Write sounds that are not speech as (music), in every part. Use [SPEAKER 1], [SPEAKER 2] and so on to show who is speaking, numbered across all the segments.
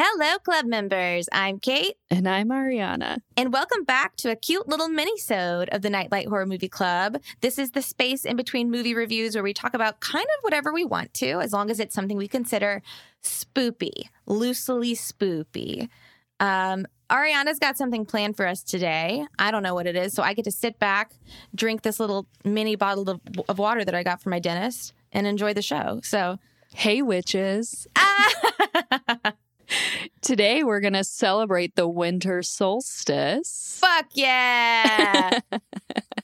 [SPEAKER 1] Hello, club members. I'm Kate,
[SPEAKER 2] And I'm Ariana.
[SPEAKER 1] and welcome back to a cute little mini-sode of the Nightlight Horror Movie Club. This is the space in between movie reviews where we talk about kind of whatever we want to, as long as it's something we consider spoopy, loosely spoopy. Um, Ariana's got something planned for us today. I don't know what it is, so I get to sit back, drink this little mini bottle of, of water that I got from my dentist, and enjoy the show. So, (laughs)
[SPEAKER 2] Hey, witches.
[SPEAKER 1] ah,
[SPEAKER 2] Today we're going to celebrate the winter solstice.
[SPEAKER 1] fuck yeah!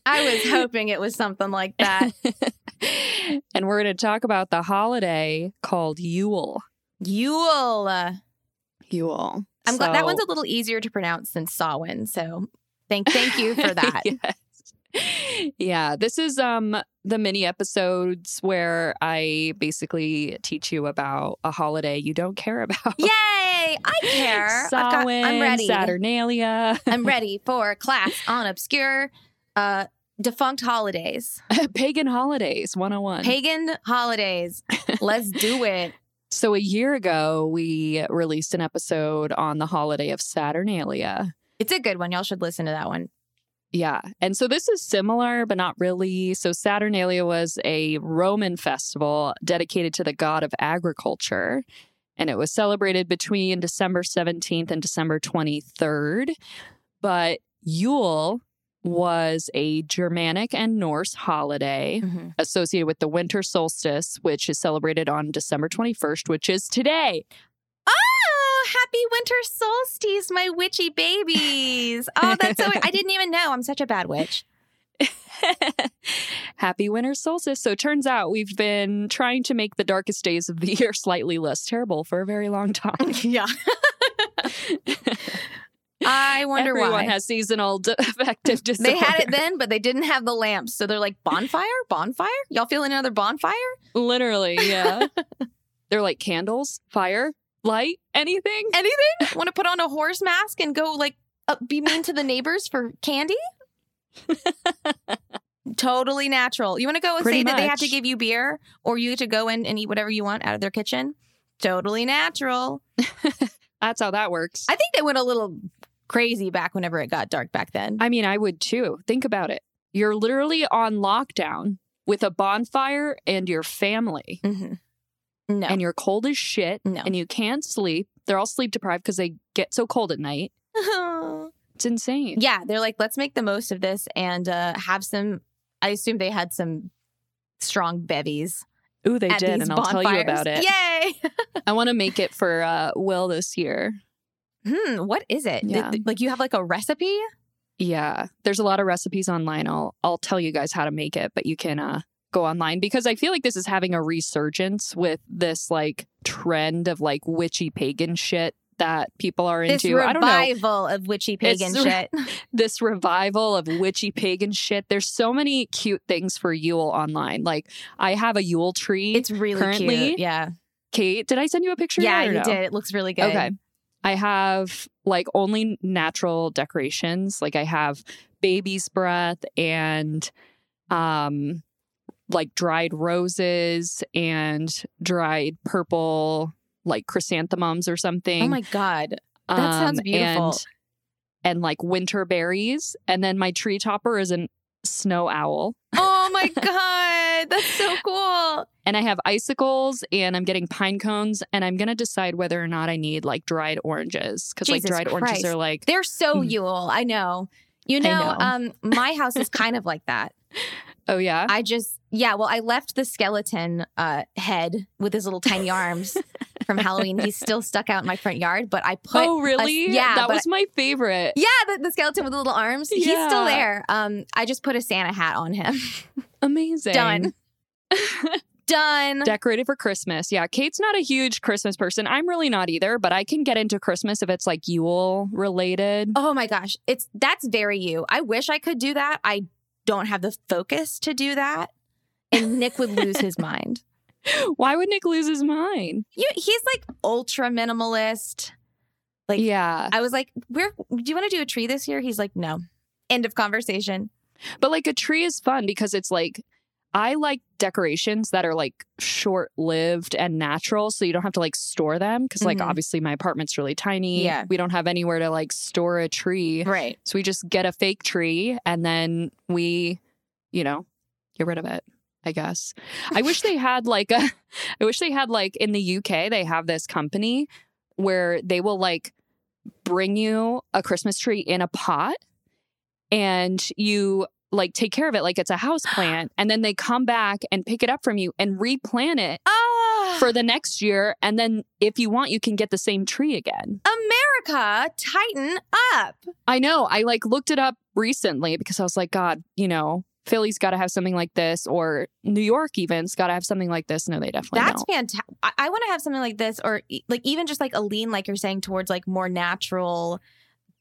[SPEAKER 1] I was hoping it was something like
[SPEAKER 2] (laughs)
[SPEAKER 1] that.
[SPEAKER 2] and we're going to talk about the holiday called Yule.
[SPEAKER 1] Yule. I'm
[SPEAKER 2] Yule.
[SPEAKER 1] glad that one's
[SPEAKER 2] So-
[SPEAKER 1] a little easier to pronounce than Samhain. So thank thank you
[SPEAKER 2] (laughs)
[SPEAKER 1] for that.
[SPEAKER 2] Yes. Yeah, this is um the mini episodes where I basically teach you about a holiday you don't care about.
[SPEAKER 1] Yay! I care. I've got, I'm
[SPEAKER 2] Samhain,
[SPEAKER 1] ready.
[SPEAKER 2] Saturnalia, (laughs)
[SPEAKER 1] I'm ready for class on obscure, uh, defunct holidays,
[SPEAKER 2] pagan holidays 101.
[SPEAKER 1] pagan holidays. Let's do it.
[SPEAKER 2] So, a year ago, we released an episode on the holiday of Saturnalia.
[SPEAKER 1] It's a good one. Y'all should listen to that one.
[SPEAKER 2] Yeah. And so this is similar, but not really. So, Saturnalia was a Roman festival dedicated to the god of agriculture. And it was celebrated between December 17th and December 23rd. But Yule was a Germanic and Norse holiday associated with the winter solstice, which is celebrated on December 21st, which is today.
[SPEAKER 1] Oh, happy winter solstice, my witchy babies. Oh, that's so. I didn't even know. I'm such a bad witch.
[SPEAKER 2] Happy winter solstice. So it turns out we've been trying to make the darkest days of the (laughs) year slightly less terrible for a very
[SPEAKER 1] (laughs)
[SPEAKER 2] long (laughs) time.
[SPEAKER 1] yeah. I wonder
[SPEAKER 2] Everyone
[SPEAKER 1] why.
[SPEAKER 2] has seasonal (laughs) affective disorder.
[SPEAKER 1] they had it then, but they didn't have the lamps. So they're like, bonfire? Bonfire? Y'all feeling another bonfire?
[SPEAKER 2] (laughs) Literally,
[SPEAKER 1] (laughs)
[SPEAKER 2] yeah. They're like candles, fire, light, anything.
[SPEAKER 1] Anything? Want to put on a horse mask and go like uh, be mean to the neighbors for
[SPEAKER 2] (laughs)
[SPEAKER 1] candy? totally natural. You want to go and
[SPEAKER 2] Pretty
[SPEAKER 1] say that they have to
[SPEAKER 2] much.
[SPEAKER 1] give you beer or you get to go in and eat whatever you want out of their kitchen? Totally natural.
[SPEAKER 2] That's how that works.
[SPEAKER 1] I think they went a little crazy back whenever it got dark back then.
[SPEAKER 2] I mean, I would too. Think about it. You're literally on lockdown with a bonfire and your family.
[SPEAKER 1] Mhm. No.
[SPEAKER 2] And you're cold as shit
[SPEAKER 1] No.
[SPEAKER 2] and you can't sleep. They're all sleep deprived because they get so cold at night.
[SPEAKER 1] (laughs)
[SPEAKER 2] It's insane.
[SPEAKER 1] yeah they're like let's make the most of this and uh have some i assume they had some strong bevies
[SPEAKER 2] Ooh, they
[SPEAKER 1] at
[SPEAKER 2] did,
[SPEAKER 1] these
[SPEAKER 2] and I'll
[SPEAKER 1] bonfires
[SPEAKER 2] tell you about it.
[SPEAKER 1] yay (laughs)
[SPEAKER 2] I want to make it for uh, Will this year.
[SPEAKER 1] hmm what is it Th-
[SPEAKER 2] Yeah.
[SPEAKER 1] th- like you have like a recipe
[SPEAKER 2] Yeah, there's a lot of recipes online. I'll I'll tell you guys how to make it, but you can uh, go online because I feel like this is having a resurgence with this like trend of like witchy pagan shit that people are
[SPEAKER 1] this
[SPEAKER 2] into. I don't know
[SPEAKER 1] revival of witchy pagan
[SPEAKER 2] It's-
[SPEAKER 1] shit
[SPEAKER 2] this revival of witchy pagan shit. There's so many cute things for Yule online. Like I have a Yule
[SPEAKER 1] (laughs)
[SPEAKER 2] tree.
[SPEAKER 1] it's really
[SPEAKER 2] Currently,
[SPEAKER 1] cute yeah
[SPEAKER 2] Kate, did I send you a picture? of
[SPEAKER 1] yeah
[SPEAKER 2] that or
[SPEAKER 1] you
[SPEAKER 2] no?
[SPEAKER 1] did it looks really good
[SPEAKER 2] Okay. I have like only natural decorations. Like I have baby's breath and um like dried roses and dried purple like chrysanthemums or something. um,
[SPEAKER 1] oh my
[SPEAKER 2] (laughs)
[SPEAKER 1] god that sounds beautiful.
[SPEAKER 2] And, and like winter berries. And then my tree topper is an snow owl.
[SPEAKER 1] oh my god that's so cool
[SPEAKER 2] And I have icicles and I'm getting pine cones and I'm gonna decide whether or not I need like dried oranges. Because like
[SPEAKER 1] Jesus
[SPEAKER 2] dried oranges
[SPEAKER 1] Christ.
[SPEAKER 2] are like
[SPEAKER 1] they're so
[SPEAKER 2] Mm.
[SPEAKER 1] yule i know you know,
[SPEAKER 2] know.
[SPEAKER 1] um my house is kind of like that
[SPEAKER 2] oh yeah.
[SPEAKER 1] I just yeah, well I left the skeleton uh head with his little tiny arms from Halloween. He's still stuck out in my front yard, but I put
[SPEAKER 2] oh really?
[SPEAKER 1] yeah,
[SPEAKER 2] that
[SPEAKER 1] but-
[SPEAKER 2] was my favorite.
[SPEAKER 1] yeah, the, the skeleton with the little arms. He's still
[SPEAKER 2] Yeah.
[SPEAKER 1] there. Um, I just put a Santa hat on him. (laughs)
[SPEAKER 2] Amazing.
[SPEAKER 1] Done. (laughs) Done.
[SPEAKER 2] Decorated for Christmas. Yeah, Kate's not a huge Christmas person. I'm really not either, but I can get into Christmas if it's like Yule related.
[SPEAKER 1] oh my gosh, it's that's very you. I wish I could do that. I don't have the focus to do that, and Nick would lose his mind. Oh.
[SPEAKER 2] Why would Nick lose his mind?
[SPEAKER 1] You, he's like ultra minimalist. Like,
[SPEAKER 2] yeah.
[SPEAKER 1] I was like, "Where do you want to do a tree this year?" He's like, "No." End of conversation.
[SPEAKER 2] But like a tree is fun because it's like I like decorations that are like short lived and natural. So you don't have to like store them. because like
[SPEAKER 1] Mhm.
[SPEAKER 2] obviously my apartment's really tiny.
[SPEAKER 1] Yeah.
[SPEAKER 2] We don't have anywhere to like store a tree.
[SPEAKER 1] Right.
[SPEAKER 2] So we just get a fake tree and then we, you know, get rid of it, I guess. I wish they had like (laughs) a I wish they had like in the UK they have this company where they will like bring you a Christmas tree in a pot and you like take care of it like it's a house plant and then they come back and pick it up from you and replant it
[SPEAKER 1] Ah,
[SPEAKER 2] for the next year and then if you want you can get the same tree again.
[SPEAKER 1] America, tighten up.
[SPEAKER 2] I know. I like looked it up recently because I was like, God, you know, Philly's got to have something like this, or New York even's got to have something like this. No, they definitely
[SPEAKER 1] That's (laughs)
[SPEAKER 2] don't.
[SPEAKER 1] fantastic. I, I want to have something like this, or e- like even just like a lean, like you're saying, towards like more natural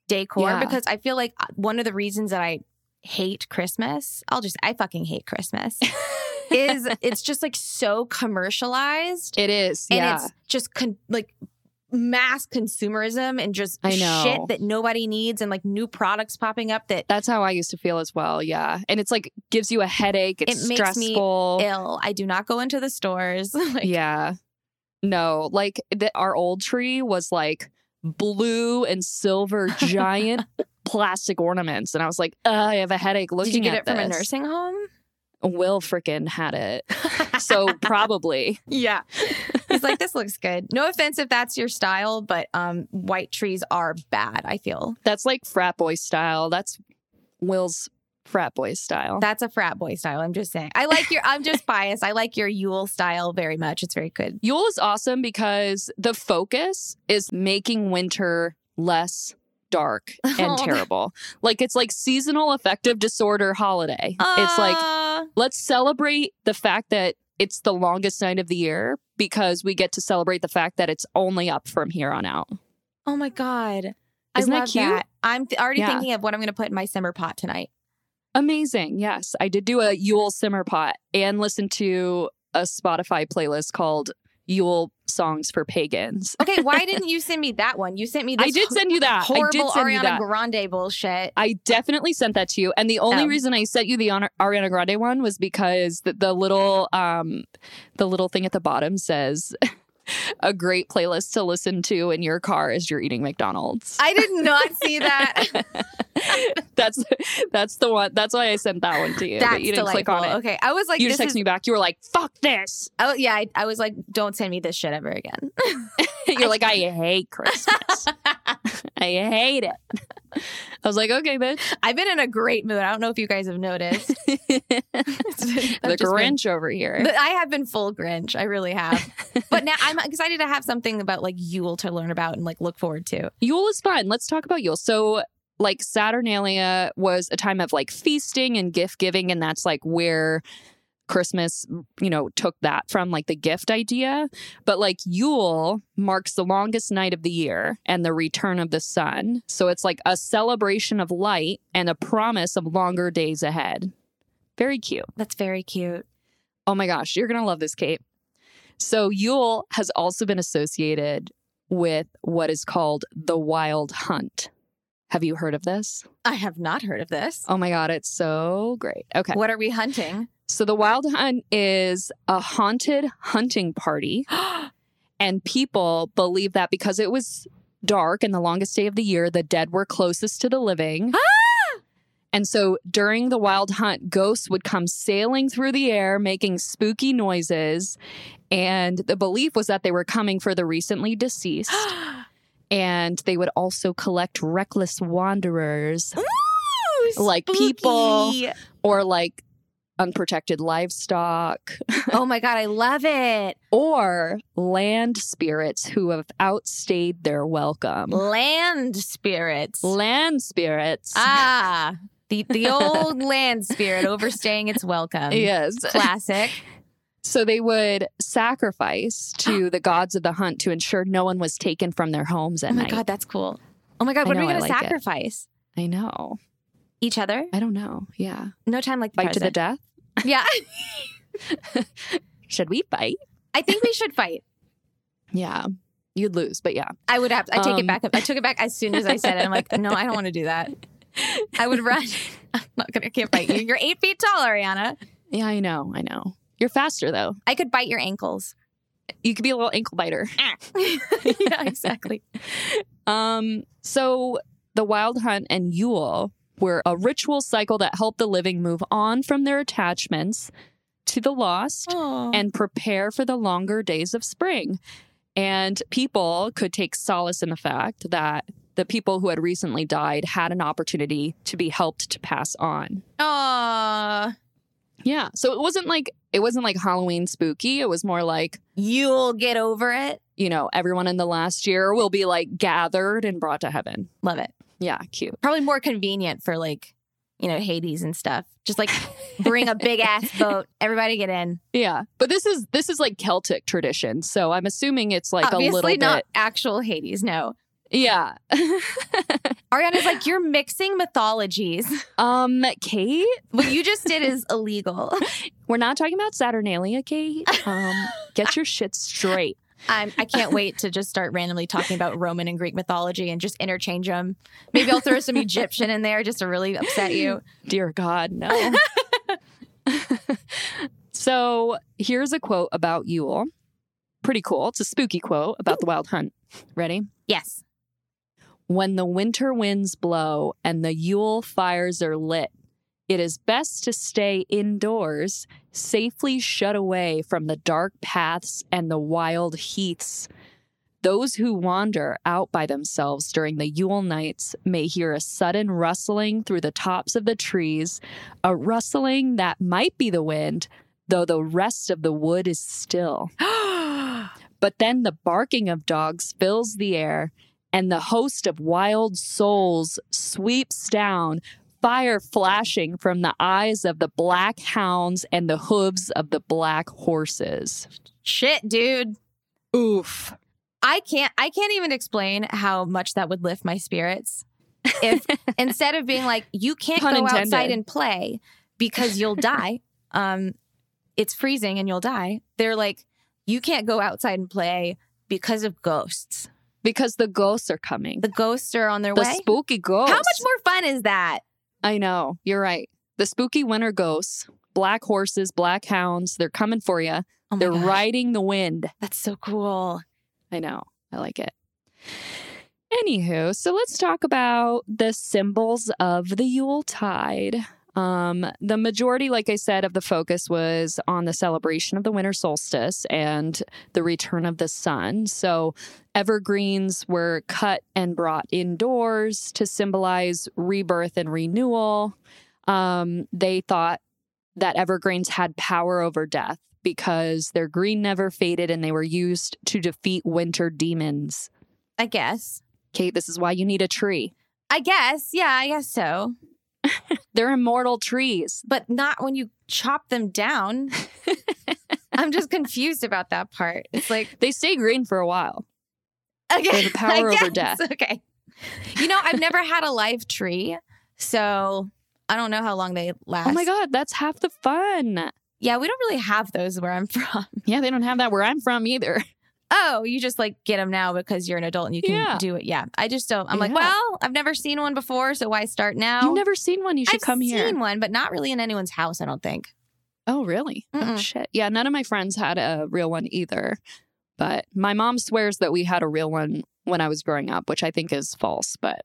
[SPEAKER 1] decor.
[SPEAKER 2] Yeah.
[SPEAKER 1] Because I feel like uh, one of the reasons that I hate Christmas, I'll just, I fucking hate Christmas,
[SPEAKER 2] (laughs)
[SPEAKER 1] is it's just like so commercialized
[SPEAKER 2] It is.
[SPEAKER 1] and
[SPEAKER 2] yeah.
[SPEAKER 1] it's just con- like mass consumerism and just
[SPEAKER 2] I
[SPEAKER 1] shit
[SPEAKER 2] know.
[SPEAKER 1] that nobody needs and like new products popping up that
[SPEAKER 2] That's how I used to feel as well. Yeah. And it's like gives you a headache. It's
[SPEAKER 1] It makes me
[SPEAKER 2] stressful.
[SPEAKER 1] ill. I do not go into the stores. (laughs) like,
[SPEAKER 2] (laughs) yeah. No, like the, our old tree was like blue and silver
[SPEAKER 1] (laughs)
[SPEAKER 2] giant plastic ornaments. And I was like, "Ugh, I have a headache looking
[SPEAKER 1] Did you get
[SPEAKER 2] at
[SPEAKER 1] it from a
[SPEAKER 2] this."
[SPEAKER 1] nursing home?
[SPEAKER 2] (laughs) Will freaking had it. so probably.
[SPEAKER 1] Yeah. He's like, this looks good. No offense if that's your style, but um, white trees are bad, I feel.
[SPEAKER 2] That's like frat boy style. That's Will's frat boy style.
[SPEAKER 1] That's a frat boy style. I'm just saying. I like your, I'm
[SPEAKER 2] (laughs)
[SPEAKER 1] just biased. I like your Yule style very much. It's very good.
[SPEAKER 2] Yule is awesome because the focus is making winter less dark
[SPEAKER 1] Oh,
[SPEAKER 2] and
[SPEAKER 1] that-
[SPEAKER 2] terrible. Like it's like seasonal affective disorder holiday. it's like
[SPEAKER 1] Uh,
[SPEAKER 2] let's celebrate the fact that it's the longest night of the year because we get to celebrate the fact that it's only up from here on out.
[SPEAKER 1] oh my God.
[SPEAKER 2] Isn't
[SPEAKER 1] I
[SPEAKER 2] that
[SPEAKER 1] love
[SPEAKER 2] cute?
[SPEAKER 1] I'm th- already
[SPEAKER 2] Yeah.
[SPEAKER 1] thinking of what I'm going to put in my simmer pot tonight.
[SPEAKER 2] Amazing. Yes. I did do a Yule simmer pot and listen to a Spotify playlist called Yule Songs for Pagans.
[SPEAKER 1] Okay, why didn't you send me that one? You sent me this
[SPEAKER 2] I did send you that. I
[SPEAKER 1] horrible
[SPEAKER 2] did send you
[SPEAKER 1] Ariana
[SPEAKER 2] that.
[SPEAKER 1] Grande
[SPEAKER 2] (laughs)
[SPEAKER 1] bullshit.
[SPEAKER 2] I definitely sent that to you. And the only
[SPEAKER 1] Oh.
[SPEAKER 2] reason I sent you the Ana- Ariana Grande one was because the, the little um the little thing at the bottom says (laughs) a great playlist to listen to in your car as you're eating McDonald's.
[SPEAKER 1] I did not
[SPEAKER 2] (laughs)
[SPEAKER 1] see that.
[SPEAKER 2] that's that's the one. That's why I sent that one to you.
[SPEAKER 1] That's
[SPEAKER 2] but you didn't
[SPEAKER 1] delightful.
[SPEAKER 2] click on it.
[SPEAKER 1] Okay, I was like,
[SPEAKER 2] you
[SPEAKER 1] this
[SPEAKER 2] just texted
[SPEAKER 1] is.
[SPEAKER 2] me back. You were like, "Fuck this."
[SPEAKER 1] Oh yeah, I, I was like, don't send me this shit ever again. (laughs)
[SPEAKER 2] (laughs) You're like, I hate Christmas. (laughs) I hate it. (laughs) I was like, okay, bitch. (laughs)
[SPEAKER 1] I've been in a great mood. I don't know if you guys have noticed. It's been-
[SPEAKER 2] the
[SPEAKER 1] I've just been-
[SPEAKER 2] Grinch over here.
[SPEAKER 1] But I have been full Grinch. I really
[SPEAKER 2] (laughs)
[SPEAKER 1] have. but now I'm excited to have something about like Yule to learn about and like look forward to.
[SPEAKER 2] Yule is fun. Let's talk about Yule. So, like, Saturnalia was a time of like feasting and gift giving, and that's like where Christmas, you know, took that from like the gift idea. But like, Yule marks the longest night of the year and the return of the sun. So, it's like a celebration of light and a promise of longer days ahead. Very cute.
[SPEAKER 1] That's very cute.
[SPEAKER 2] Oh my gosh, you're going to love this, Kate. So, Yule has also been associated with what is called the wild hunt. Have you heard of this?
[SPEAKER 1] I have not heard of this.
[SPEAKER 2] Oh my God, it's so great. Okay.
[SPEAKER 1] What are we hunting? (gasps)
[SPEAKER 2] So, the wild hunt is a haunted hunting party. And people believe that because it was dark and the longest day of the year, the dead were closest to the living. And so during the wild hunt, ghosts would come sailing through the air, making spooky noises. And the belief was that they were coming for the recently deceased.
[SPEAKER 1] (gasps) Ooh,
[SPEAKER 2] and they would also collect reckless wanderers (gasps) Like people.
[SPEAKER 1] spooky.
[SPEAKER 2] or like unprotected livestock
[SPEAKER 1] Oh my god, I love it.
[SPEAKER 2] or land spirits who have outstayed their welcome.
[SPEAKER 1] Land spirits.
[SPEAKER 2] Land spirits.
[SPEAKER 1] Ah, the the old land spirit overstaying its welcome.
[SPEAKER 2] Yes.
[SPEAKER 1] Classic.
[SPEAKER 2] Um, So they would sacrifice (gasps) to the gods of the hunt to ensure no one was taken from their homes
[SPEAKER 1] (laughs)
[SPEAKER 2] at
[SPEAKER 1] Oh my
[SPEAKER 2] night.
[SPEAKER 1] god, that's cool. Oh my god,
[SPEAKER 2] I
[SPEAKER 1] what are we
[SPEAKER 2] know, I
[SPEAKER 1] gonna
[SPEAKER 2] like it.
[SPEAKER 1] sacrifice?
[SPEAKER 2] I know.
[SPEAKER 1] Each other?
[SPEAKER 2] I don't know. Yeah.
[SPEAKER 1] No time like the
[SPEAKER 2] Fight to the
[SPEAKER 1] present.
[SPEAKER 2] death?
[SPEAKER 1] yeah, (laughs)
[SPEAKER 2] Should we fight?
[SPEAKER 1] I think we should fight.
[SPEAKER 2] Yeah. You'd lose, but yeah.
[SPEAKER 1] I would have. I take it
[SPEAKER 2] Um,
[SPEAKER 1] back. I took it back as soon as I said it. I'm like, no, I don't (laughs) want to do that. I would run. I'm not gonna. I can't fight you. You're eight feet tall, Ariana.
[SPEAKER 2] Yeah, I know. I know. You're faster though.
[SPEAKER 1] I could bite your ankles. (laughs)
[SPEAKER 2] You could be a little ankle biter.
[SPEAKER 1] Ah. yeah, exactly.
[SPEAKER 2] Um, so the Wild Hunt and Yule were a ritual cycle that helped the living move on from their attachments to the lost
[SPEAKER 1] And
[SPEAKER 2] (laughs) and prepare for the longer days of spring. And people could take solace in the fact that the people who had recently died had an opportunity to be helped to pass on.
[SPEAKER 1] oh,
[SPEAKER 2] Yeah. So it wasn't like it wasn't like Halloween spooky. It was more like,
[SPEAKER 1] you'll get over it.
[SPEAKER 2] you know, everyone in the last year will be like gathered and brought to heaven.
[SPEAKER 1] Love it.
[SPEAKER 2] Yeah, cute.
[SPEAKER 1] Probably more convenient for like, you know, Hades and stuff. Just
[SPEAKER 2] (laughs)
[SPEAKER 1] like bring a big ass boat. Everybody get in.
[SPEAKER 2] Yeah. But this is this is like Celtic tradition. So I'm assuming it's like
[SPEAKER 1] Obviously
[SPEAKER 2] a little
[SPEAKER 1] not
[SPEAKER 2] bit
[SPEAKER 1] actual Hades. No.
[SPEAKER 2] Yeah.
[SPEAKER 1] Ariana's like, you're mixing mythologies. (laughs)
[SPEAKER 2] um, Kate,
[SPEAKER 1] What you just did is illegal.
[SPEAKER 2] we're not talking about Saturnalia, Kate. Um, get your shit straight.
[SPEAKER 1] I'm, I can't wait to just start randomly talking about Roman and Greek mythology and just interchange them. Maybe I'll throw some Egyptian in there just to really upset you.
[SPEAKER 2] Dear God, no. (laughs) so here's a quote about Yule. Pretty cool. It's a spooky quote about the wild hunt. Ready?
[SPEAKER 1] Yes. (gasps)
[SPEAKER 2] When the winter winds blow and the Yule fires are lit, it is best to stay indoors, safely shut away from the dark paths and the wild heaths. Those who wander out by themselves during the Yule nights may hear a sudden rustling through the tops of the trees, a rustling that might be the wind, though the rest of the wood is still. But then the barking of dogs fills the air, and the host of wild souls sweeps down, fire flashing from the eyes of the black hounds and the hooves of the black horses.
[SPEAKER 1] Shit, dude.
[SPEAKER 2] Oof.
[SPEAKER 1] I can't I can't even explain how much that would lift my spirits.
[SPEAKER 2] (laughs)
[SPEAKER 1] If instead of being like, you can't
[SPEAKER 2] Pun
[SPEAKER 1] go outside
[SPEAKER 2] intended.
[SPEAKER 1] and play because
[SPEAKER 2] (laughs)
[SPEAKER 1] you'll die. Um, it's freezing and you'll die. They're like, you can't go outside and play because of ghosts.
[SPEAKER 2] Because the ghosts are coming.
[SPEAKER 1] The ghosts are on their
[SPEAKER 2] The
[SPEAKER 1] way.
[SPEAKER 2] spooky ghosts.
[SPEAKER 1] How much more fun is that?
[SPEAKER 2] I know. You're right. The spooky winter ghosts, black horses, black hounds, they're coming for you.
[SPEAKER 1] Oh my
[SPEAKER 2] They're
[SPEAKER 1] gosh,
[SPEAKER 2] riding the wind.
[SPEAKER 1] That's so cool.
[SPEAKER 2] I know. I like it. Anywho, so let's talk about the symbols of the Yule tide. Um, the majority, like I said, of the focus was on the celebration of the winter solstice and the return of the sun. So, evergreens were cut and brought indoors to symbolize rebirth and renewal. Um, they thought that evergreens had power over death because their green never faded and they were used to defeat winter demons.
[SPEAKER 1] I guess.
[SPEAKER 2] Kate, this is why you need a tree.
[SPEAKER 1] I guess. Yeah, I guess so.
[SPEAKER 2] They're immortal trees.
[SPEAKER 1] But not when you chop them
[SPEAKER 2] (laughs)
[SPEAKER 1] down. I'm just confused about that part. It's like,
[SPEAKER 2] They stay green for a
[SPEAKER 1] (laughs)
[SPEAKER 2] while.
[SPEAKER 1] okay.
[SPEAKER 2] They have a power
[SPEAKER 1] I
[SPEAKER 2] over
[SPEAKER 1] guess. (laughs)
[SPEAKER 2] death.
[SPEAKER 1] Okay. You know, I've never had a live tree. So I don't know how long they last.
[SPEAKER 2] Oh my God, that's half the fun.
[SPEAKER 1] Yeah, we don't really have those where I'm (laughs) from.
[SPEAKER 2] Yeah, they don't have that where I'm from either.
[SPEAKER 1] Oh, you just like get them now because you're an adult and you can
[SPEAKER 2] Yeah.
[SPEAKER 1] do it. Yeah. I just don't. I'm like,
[SPEAKER 2] Yeah.
[SPEAKER 1] well, I've never seen one before. So why start now?
[SPEAKER 2] You've never seen one. You should
[SPEAKER 1] I've
[SPEAKER 2] come
[SPEAKER 1] seen
[SPEAKER 2] here.
[SPEAKER 1] one, but not really in anyone's house, I don't think.
[SPEAKER 2] Oh, really? Oh,
[SPEAKER 1] Mm-mm.
[SPEAKER 2] shit. Yeah, none of my friends had a real one either. But my mom swears that we had a real one when I was growing up, which I think is false. But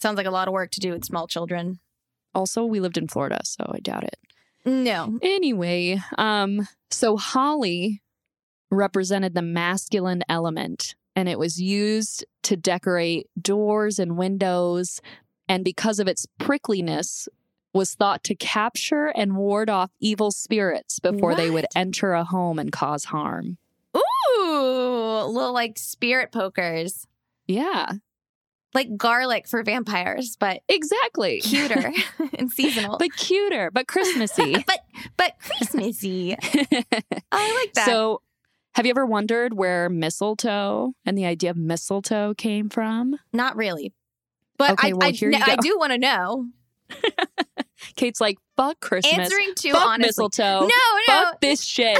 [SPEAKER 1] Sounds like a lot of work to do with small children.
[SPEAKER 2] also, we lived in Florida, so I doubt it.
[SPEAKER 1] No.
[SPEAKER 2] Anyway, um, so holly represented the masculine element, and it was used to decorate doors and windows, and because of its prickliness, was thought to capture and ward off evil spirits before they would enter a home and cause harm.
[SPEAKER 1] Ooh, little like spirit pokers,
[SPEAKER 2] Yeah,
[SPEAKER 1] like garlic for vampires, but
[SPEAKER 2] exactly.
[SPEAKER 1] cuter (laughs) and seasonal.
[SPEAKER 2] (laughs) but cuter, but
[SPEAKER 1] (laughs)
[SPEAKER 2] Christmassy.
[SPEAKER 1] but but
[SPEAKER 2] (laughs)
[SPEAKER 1] Christmassy. I like that.
[SPEAKER 2] So, have you ever wondered where mistletoe and the idea of mistletoe came from?
[SPEAKER 1] Not really. But
[SPEAKER 2] Okay,
[SPEAKER 1] I,
[SPEAKER 2] well,
[SPEAKER 1] I,
[SPEAKER 2] here you
[SPEAKER 1] no, I
[SPEAKER 2] go.
[SPEAKER 1] do want to know.
[SPEAKER 2] Kate's like, fuck Christmas.
[SPEAKER 1] Answering to
[SPEAKER 2] fuck
[SPEAKER 1] honestly.
[SPEAKER 2] mistletoe.
[SPEAKER 1] No, no.
[SPEAKER 2] Fuck this
[SPEAKER 1] (laughs)
[SPEAKER 2] shit.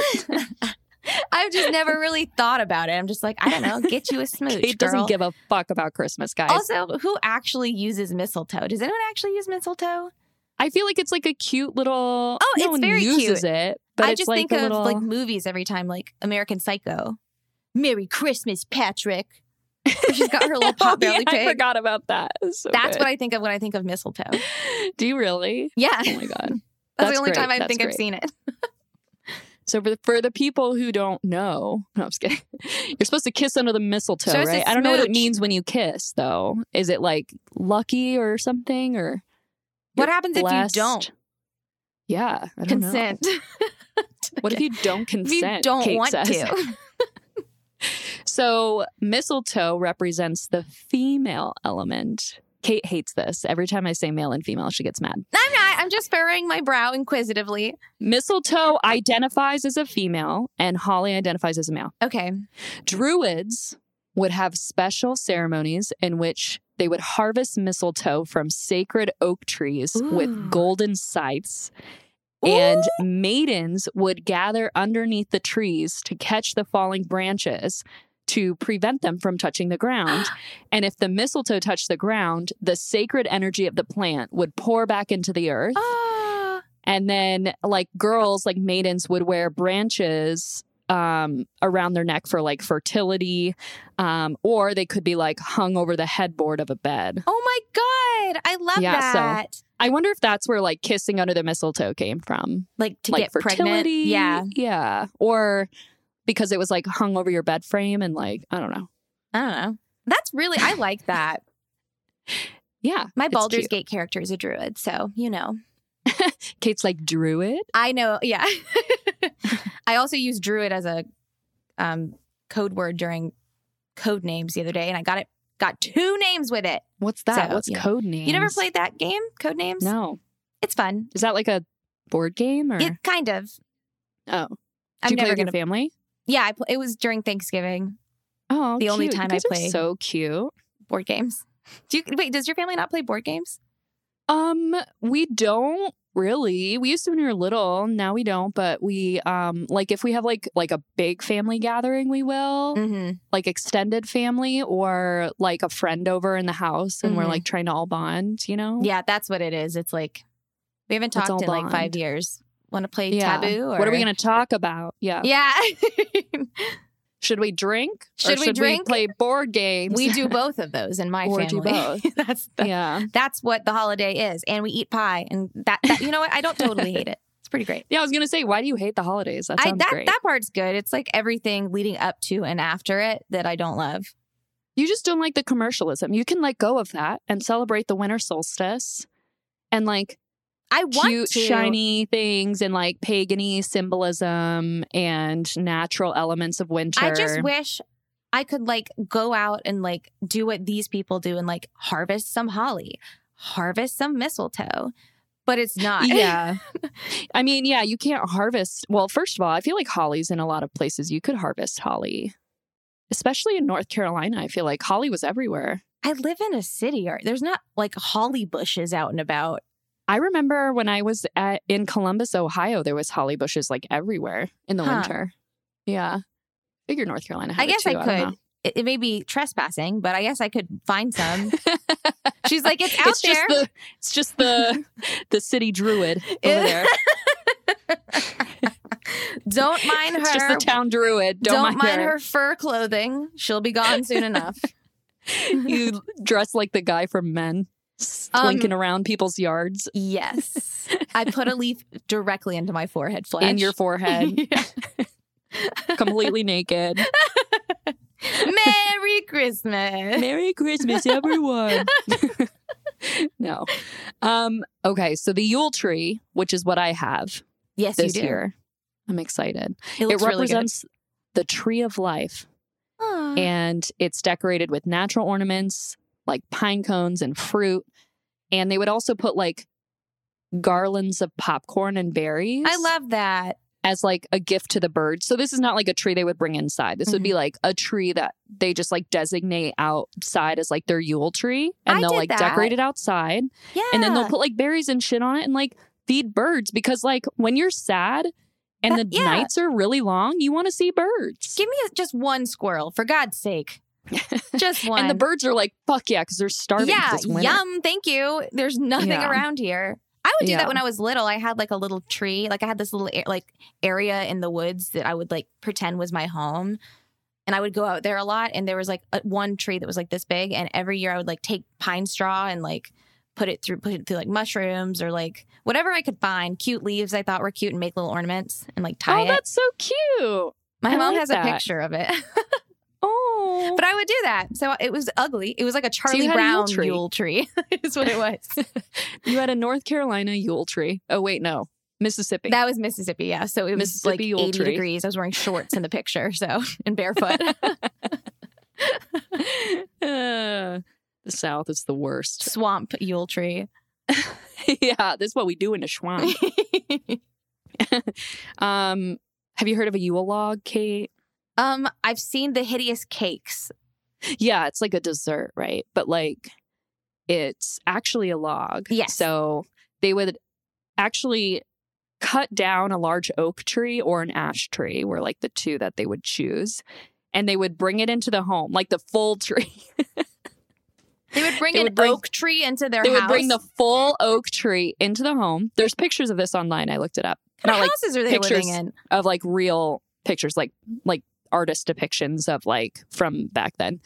[SPEAKER 1] I've just never really thought about it. I'm just like, I don't know, get you a smooch.
[SPEAKER 2] (laughs) Kate
[SPEAKER 1] girl.
[SPEAKER 2] doesn't give a fuck about Christmas, guys.
[SPEAKER 1] also, who actually uses mistletoe? Does anyone actually use mistletoe?
[SPEAKER 2] I feel like it's like a cute little.
[SPEAKER 1] Oh,
[SPEAKER 2] no
[SPEAKER 1] it's
[SPEAKER 2] one
[SPEAKER 1] very
[SPEAKER 2] uses
[SPEAKER 1] cute.
[SPEAKER 2] it, but
[SPEAKER 1] I
[SPEAKER 2] it's
[SPEAKER 1] just
[SPEAKER 2] like
[SPEAKER 1] think
[SPEAKER 2] a
[SPEAKER 1] of
[SPEAKER 2] little. (laughs)
[SPEAKER 1] like movies every time, like American Psycho. Merry Christmas, Patrick. Where she's got her little
[SPEAKER 2] (laughs) oh,
[SPEAKER 1] pot
[SPEAKER 2] yeah,
[SPEAKER 1] belly
[SPEAKER 2] I
[SPEAKER 1] pig.
[SPEAKER 2] forgot about that.
[SPEAKER 1] That's what I think of when I think of mistletoe.
[SPEAKER 2] I do. You really?
[SPEAKER 1] Yeah. (laughs)
[SPEAKER 2] Oh my god.
[SPEAKER 1] That's,
[SPEAKER 2] That's
[SPEAKER 1] the only
[SPEAKER 2] great.
[SPEAKER 1] time I
[SPEAKER 2] That's
[SPEAKER 1] think I've
[SPEAKER 2] great.
[SPEAKER 1] seen it.
[SPEAKER 2] So for the, for the people who don't know, (laughs) no, I'm just kidding. You're supposed to kiss under the mistletoe,
[SPEAKER 1] Supposed to
[SPEAKER 2] right? I don't know what it
[SPEAKER 1] smooch.
[SPEAKER 2] means when you kiss, though. Is it like lucky or something, or
[SPEAKER 1] What
[SPEAKER 2] You're
[SPEAKER 1] happens
[SPEAKER 2] blessed?
[SPEAKER 1] if you don't
[SPEAKER 2] Yeah, I don't know.
[SPEAKER 1] consent? (laughs)
[SPEAKER 2] What if you don't
[SPEAKER 1] If
[SPEAKER 2] consent?
[SPEAKER 1] you don't
[SPEAKER 2] Kate
[SPEAKER 1] want (laughs)
[SPEAKER 2] says.
[SPEAKER 1] to?
[SPEAKER 2] So mistletoe represents the female element. Kate hates this. Every time I say male and female, she gets mad.
[SPEAKER 1] I'm not. I'm just furrowing my brow inquisitively.
[SPEAKER 2] Mistletoe identifies as a female, and holly identifies as a male. (laughs)
[SPEAKER 1] Okay.
[SPEAKER 2] Druids would have special ceremonies in which they would harvest mistletoe from sacred oak trees
[SPEAKER 1] Ooh.
[SPEAKER 2] with golden scythes, and
[SPEAKER 1] Ooh.
[SPEAKER 2] maidens would gather underneath the trees to catch the falling branches to prevent them from touching
[SPEAKER 1] (gasps)
[SPEAKER 2] the ground. and if the mistletoe touched the ground, the sacred energy of the plant would pour back into the earth.
[SPEAKER 1] Ah.
[SPEAKER 2] And then like girls, like maidens would wear branches um around their neck for like fertility um or they could be like hung over the headboard of a bed.
[SPEAKER 1] oh my god! I love
[SPEAKER 2] Yeah, so-
[SPEAKER 1] that.
[SPEAKER 2] I wonder if that's where like kissing under the mistletoe came from.
[SPEAKER 1] like to
[SPEAKER 2] like
[SPEAKER 1] get
[SPEAKER 2] fertility.
[SPEAKER 1] pregnant. Yeah,
[SPEAKER 2] Yeah. Or because it was like hung over your bed frame and like I don't know.
[SPEAKER 1] I don't know. That's really I
[SPEAKER 2] (laughs)
[SPEAKER 1] like that.
[SPEAKER 2] Yeah.
[SPEAKER 1] My
[SPEAKER 2] it's
[SPEAKER 1] Baldur's
[SPEAKER 2] cute.
[SPEAKER 1] Gate character is a druid, so you know.
[SPEAKER 2] Kate's like druid.
[SPEAKER 1] I know. Yeah. (laughs) I also used druid as a um, code word during code names the other day, and I got it. Got two names with it.
[SPEAKER 2] What's that?
[SPEAKER 1] So,
[SPEAKER 2] What's
[SPEAKER 1] yeah.
[SPEAKER 2] code name?
[SPEAKER 1] You never played that game, Code Names?
[SPEAKER 2] No.
[SPEAKER 1] It's fun.
[SPEAKER 2] Is that like a board game or
[SPEAKER 1] Yeah, kind of.
[SPEAKER 2] oh. Do
[SPEAKER 1] I'm
[SPEAKER 2] you play
[SPEAKER 1] never
[SPEAKER 2] with
[SPEAKER 1] gonna.
[SPEAKER 2] your family?
[SPEAKER 1] yeah, I pl- it was during Thanksgiving
[SPEAKER 2] Oh,
[SPEAKER 1] the only
[SPEAKER 2] cute. You
[SPEAKER 1] time I
[SPEAKER 2] guys are
[SPEAKER 1] played.
[SPEAKER 2] So cute.
[SPEAKER 1] board games. Do you wait? Does your family not play board games?
[SPEAKER 2] Um, we don't really. We used to when we were little. Now we don't. But we um, like if we have like like a big family gathering, we will
[SPEAKER 1] Mm-hmm.
[SPEAKER 2] like extended family or like a friend over in the house, and we're
[SPEAKER 1] Mhm.
[SPEAKER 2] like trying to all bond. You know.
[SPEAKER 1] Yeah, that's what it is. It's like we haven't
[SPEAKER 2] It's all
[SPEAKER 1] talked in like five
[SPEAKER 2] bond.
[SPEAKER 1] years. Want to play
[SPEAKER 2] Yeah.
[SPEAKER 1] taboo? Or...
[SPEAKER 2] What are we gonna talk about? Yeah.
[SPEAKER 1] (laughs) Yeah,
[SPEAKER 2] Should we drink? Or
[SPEAKER 1] Should we drink?
[SPEAKER 2] play board (laughs) games? (laughs)
[SPEAKER 1] we do both of those in my
[SPEAKER 2] Or
[SPEAKER 1] family.
[SPEAKER 2] do
[SPEAKER 1] (laughs)
[SPEAKER 2] both.
[SPEAKER 1] that's the,
[SPEAKER 2] yeah.
[SPEAKER 1] that's what the holiday is, and we eat pie, and that, that you know what? I don't totally hate it. It's pretty great.
[SPEAKER 2] Yeah. I was gonna say, why do you hate the holidays? (laughs) That
[SPEAKER 1] I,
[SPEAKER 2] sounds
[SPEAKER 1] that
[SPEAKER 2] great.
[SPEAKER 1] that part's good. It's like everything leading up to and after it that I don't love.
[SPEAKER 2] You just don't like the commercialism. You can let go of that and celebrate the winter solstice and like
[SPEAKER 1] I want
[SPEAKER 2] cute,
[SPEAKER 1] to
[SPEAKER 2] shiny things and like pagany symbolism and natural elements of winter.
[SPEAKER 1] I just wish I could like go out and like do what these people do and like harvest some holly, harvest some mistletoe, but it's not.
[SPEAKER 2] Yeah. I mean, yeah, you can't harvest. Well, first of all, I feel like holly's in a lot of places. You could harvest holly, especially in North Carolina. I feel like holly was everywhere.
[SPEAKER 1] (laughs) I live in a city. Or there's not like holly bushes out and about.
[SPEAKER 2] I remember when I was at, in Columbus, Ohio, there was holly bushes like everywhere in the
[SPEAKER 1] Huh.
[SPEAKER 2] winter. Yeah. Figure North Carolina. had
[SPEAKER 1] I
[SPEAKER 2] it,
[SPEAKER 1] guess
[SPEAKER 2] too.
[SPEAKER 1] I
[SPEAKER 2] don't know.
[SPEAKER 1] could. It, it may be trespassing, but I guess I could find
[SPEAKER 2] (laughs)
[SPEAKER 1] some. She's like, it's out
[SPEAKER 2] it's
[SPEAKER 1] there.
[SPEAKER 2] just the it's just the
[SPEAKER 1] (laughs)
[SPEAKER 2] the city druid over there. (laughs)
[SPEAKER 1] Don't mind her.
[SPEAKER 2] It's just the town druid. Don't,
[SPEAKER 1] Don't mind her fur clothing. She'll be gone soon enough.
[SPEAKER 2] (laughs) you dress like the guy from Men,
[SPEAKER 1] Um,
[SPEAKER 2] slinking around people's yards
[SPEAKER 1] (laughs)
[SPEAKER 2] (laughs)
[SPEAKER 1] Yes. I put a leaf directly into my forehead flesh.
[SPEAKER 2] in your forehead,
[SPEAKER 1] (laughs) Yeah.
[SPEAKER 2] completely naked.
[SPEAKER 1] Merry Christmas.
[SPEAKER 2] Merry Christmas, everyone. (laughs) no. Um, okay, so the Yule tree, which is what I have
[SPEAKER 1] Yes,
[SPEAKER 2] this
[SPEAKER 1] you do.
[SPEAKER 2] year. I'm excited.
[SPEAKER 1] It
[SPEAKER 2] It
[SPEAKER 1] looks really good.
[SPEAKER 2] represents the tree of life.
[SPEAKER 1] Aw.
[SPEAKER 2] and it's decorated with natural ornaments like pine cones and fruit. And they would also put like garlands of popcorn and berries
[SPEAKER 1] I love that.
[SPEAKER 2] as like a gift to the birds. So this is not like a tree they would bring inside. This would
[SPEAKER 1] Mm-hmm.
[SPEAKER 2] be like a tree that they just like designate outside as like their Yule tree and
[SPEAKER 1] I
[SPEAKER 2] they'll
[SPEAKER 1] did
[SPEAKER 2] like
[SPEAKER 1] that.
[SPEAKER 2] decorate it outside
[SPEAKER 1] Yeah.
[SPEAKER 2] and then they'll put like berries and shit on it and like feed birds because like when you're sad and
[SPEAKER 1] That-
[SPEAKER 2] the
[SPEAKER 1] yeah.
[SPEAKER 2] nights are really long, you want to see birds.
[SPEAKER 1] give me a, just one squirrel for God's (laughs) sake. Just one.
[SPEAKER 2] And the birds are like, fuck yeah, because they're starving. 'cause
[SPEAKER 1] Yeah.
[SPEAKER 2] it's winter.
[SPEAKER 1] Yum. Thank you. There's nothing
[SPEAKER 2] Yeah.
[SPEAKER 1] around here. I would do
[SPEAKER 2] Yeah.
[SPEAKER 1] that when I was little. I had like a little tree, like I had this little a- like area in the woods that I would like pretend was my home. And I would go out there a lot and there was like a, one tree that was like this big and every year I would like take pine straw and like put it through put it through like mushrooms or like whatever I could find, cute leaves I thought were cute and make little ornaments and like tie
[SPEAKER 2] oh,
[SPEAKER 1] it.
[SPEAKER 2] that's so cute.
[SPEAKER 1] My
[SPEAKER 2] I
[SPEAKER 1] mom
[SPEAKER 2] like
[SPEAKER 1] has
[SPEAKER 2] that.
[SPEAKER 1] a picture of it. (laughs)
[SPEAKER 2] Oh,
[SPEAKER 1] but I would do that. So it was ugly. It was like a Charlie
[SPEAKER 2] had a
[SPEAKER 1] Brown
[SPEAKER 2] yule tree.
[SPEAKER 1] yule tree (laughs) is what it was.
[SPEAKER 2] you had a North Carolina Yule tree. Oh wait, no, Mississippi.
[SPEAKER 1] That was Mississippi, yeah. So it was like
[SPEAKER 2] Mississippi Yule
[SPEAKER 1] 80
[SPEAKER 2] Tree.
[SPEAKER 1] degrees. I was wearing shorts in the picture, so (laughs) and
[SPEAKER 2] (laughs)
[SPEAKER 1] barefoot.
[SPEAKER 2] (laughs) Uh, the South is the worst.
[SPEAKER 1] Swamp Yule tree.
[SPEAKER 2] (laughs) yeah, this is what we do in
[SPEAKER 1] (laughs)
[SPEAKER 2] a swamp. (laughs) um, have you heard of a Yule log, Kate?
[SPEAKER 1] um, I've seen the hideous cakes.
[SPEAKER 2] Yeah, it's like a dessert, right? But like, it's actually a log.
[SPEAKER 1] Yes.
[SPEAKER 2] So they would actually cut down a large oak tree or an ash tree, were like the two that they would choose, and they would bring it into the home, like the full (laughs) tree.
[SPEAKER 1] They would bring
[SPEAKER 2] They
[SPEAKER 1] an
[SPEAKER 2] would bring-
[SPEAKER 1] oak tree into their
[SPEAKER 2] they
[SPEAKER 1] house.
[SPEAKER 2] would bring the full oak tree into the home. There's pictures of this online. I looked it up.
[SPEAKER 1] What kind of
[SPEAKER 2] not, like,
[SPEAKER 1] houses are they living
[SPEAKER 2] pictures.
[SPEAKER 1] in?
[SPEAKER 2] of like real pictures, like like artist depictions of like from back then.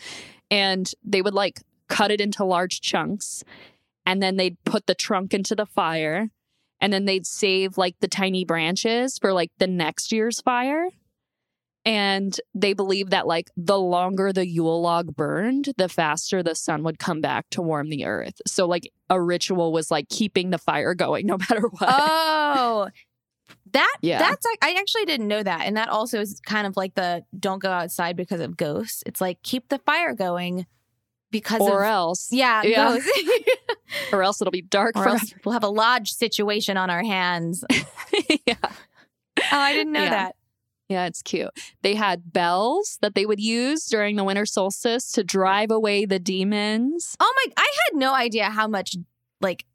[SPEAKER 2] And they would like cut it into large chunks and then they'd put the trunk into the fire and then they'd save like the tiny branches for like the next year's fire. And they believe that like the longer the Yule log burned, the faster the sun would come back to warm the earth. So like a ritual was like keeping the fire going (laughs) no matter what.
[SPEAKER 1] Oh. That
[SPEAKER 2] Yeah.
[SPEAKER 1] that's like I actually didn't know that. And that also is kind of like the don't go outside because of ghosts. It's like keep the fire going because
[SPEAKER 2] or
[SPEAKER 1] of
[SPEAKER 2] else.
[SPEAKER 1] yeah,
[SPEAKER 2] Yeah.
[SPEAKER 1] ghosts. (laughs)
[SPEAKER 2] Or else it'll be dark
[SPEAKER 1] or
[SPEAKER 2] forever.
[SPEAKER 1] else we'll have a lodge situation on our (laughs) hands. Oh,
[SPEAKER 2] yeah.
[SPEAKER 1] I didn't know
[SPEAKER 2] Yeah.
[SPEAKER 1] that.
[SPEAKER 2] Yeah, it's cute. They had bells that they would use during the winter solstice to drive away the demons.
[SPEAKER 1] Oh my! I had no idea how much like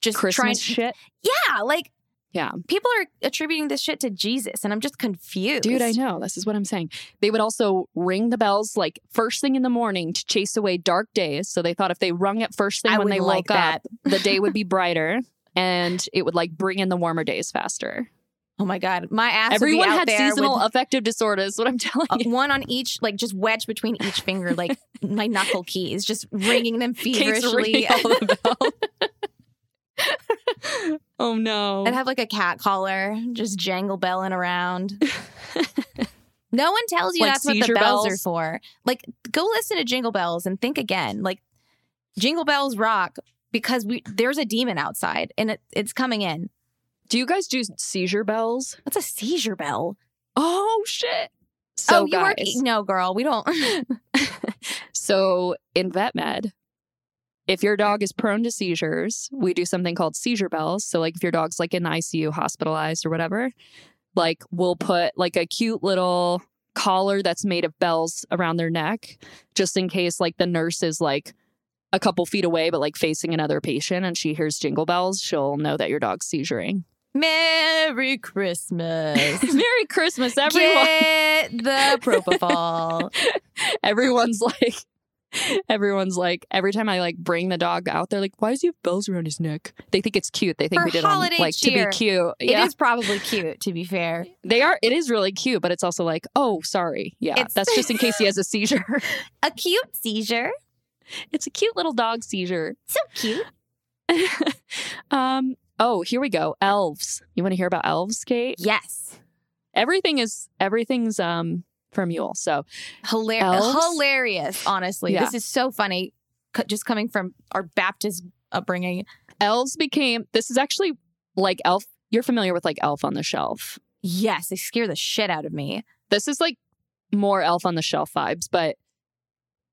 [SPEAKER 1] just trying.
[SPEAKER 2] Christmas shit.
[SPEAKER 1] Yeah, like
[SPEAKER 2] Yeah.
[SPEAKER 1] people are attributing this shit to Jesus, and I'm just confused,
[SPEAKER 2] Dude, I know. This is what I'm saying. They would also ring the bells like first thing in the morning to chase away dark days. So they thought if they rung it first thing
[SPEAKER 1] I
[SPEAKER 2] when
[SPEAKER 1] would
[SPEAKER 2] they
[SPEAKER 1] like
[SPEAKER 2] woke
[SPEAKER 1] that.
[SPEAKER 2] up, the day
[SPEAKER 1] (laughs)
[SPEAKER 2] would be brighter and it would like bring in the warmer days faster.
[SPEAKER 1] Oh my god, my ass. would
[SPEAKER 2] Everyone
[SPEAKER 1] be out
[SPEAKER 2] had
[SPEAKER 1] there
[SPEAKER 2] seasonal
[SPEAKER 1] with,
[SPEAKER 2] affective disorder, is what I'm (laughs) telling
[SPEAKER 1] uh, (laughs)
[SPEAKER 2] you.
[SPEAKER 1] one on each, like just wedged between each finger, like my knuckle keys, just ringing them
[SPEAKER 2] Kate's
[SPEAKER 1] feverishly,
[SPEAKER 2] ringing
[SPEAKER 1] (laughs)
[SPEAKER 2] all the bells. (laughs) oh no.
[SPEAKER 1] and have like a cat collar, just jangle belling (laughs) around. No one tells you
[SPEAKER 2] Like
[SPEAKER 1] that's what the
[SPEAKER 2] seizure
[SPEAKER 1] bells, are
[SPEAKER 2] bells?
[SPEAKER 1] for. Like, go listen to Jingle Bells and think again. Like, Jingle Bells rock because we there's a demon outside and it, it's coming in.
[SPEAKER 2] Do you guys do seizure bells?
[SPEAKER 1] What's a seizure bell?
[SPEAKER 2] Oh shit. So
[SPEAKER 1] oh, you
[SPEAKER 2] guys,
[SPEAKER 1] work? No, girl, we don't. (laughs)
[SPEAKER 2] so in vet med, if your dog is prone to seizures, we do something called seizure bells. So like if your dog's like in the ICU hospitalized or whatever, like we'll put like a cute little collar that's made of bells around their neck just in case like the nurse is like a couple feet away but like facing another patient and she hears jingle bells, she'll know that your dog's seizuring.
[SPEAKER 1] Merry (laughs) Christmas.
[SPEAKER 2] (laughs) Merry Christmas everyone.
[SPEAKER 1] Get the propofol.
[SPEAKER 2] everyone's (laughs) like everyone's like every time i like bring the dog out they're like why does he have bells around his neck they think it's cute they think
[SPEAKER 1] For
[SPEAKER 2] we did it on,
[SPEAKER 1] holiday
[SPEAKER 2] like
[SPEAKER 1] cheer.
[SPEAKER 2] to be cute
[SPEAKER 1] (laughs) It
[SPEAKER 2] yeah
[SPEAKER 1] is probably cute, to be fair.
[SPEAKER 2] they are it is really cute but it's also like oh sorry yeah
[SPEAKER 1] It's-
[SPEAKER 2] that's just
[SPEAKER 1] (laughs)
[SPEAKER 2] in case he has a seizure (laughs)
[SPEAKER 1] A cute seizure.
[SPEAKER 2] it's a cute little dog seizure (laughs)
[SPEAKER 1] So cute.
[SPEAKER 2] um oh here we go elves you want to hear about elves kate
[SPEAKER 1] Yes.
[SPEAKER 2] everything is everything's um from yule so
[SPEAKER 1] Hilar-
[SPEAKER 2] Elves?
[SPEAKER 1] Hilarious, honestly.
[SPEAKER 2] Yeah.
[SPEAKER 1] This is so funny, co- just coming from our Baptist upbringing.
[SPEAKER 2] elves became this is actually like elf you're familiar with like elf on the shelf
[SPEAKER 1] Yes, they scare the shit out of me.
[SPEAKER 2] this is like more elf on the shelf vibes but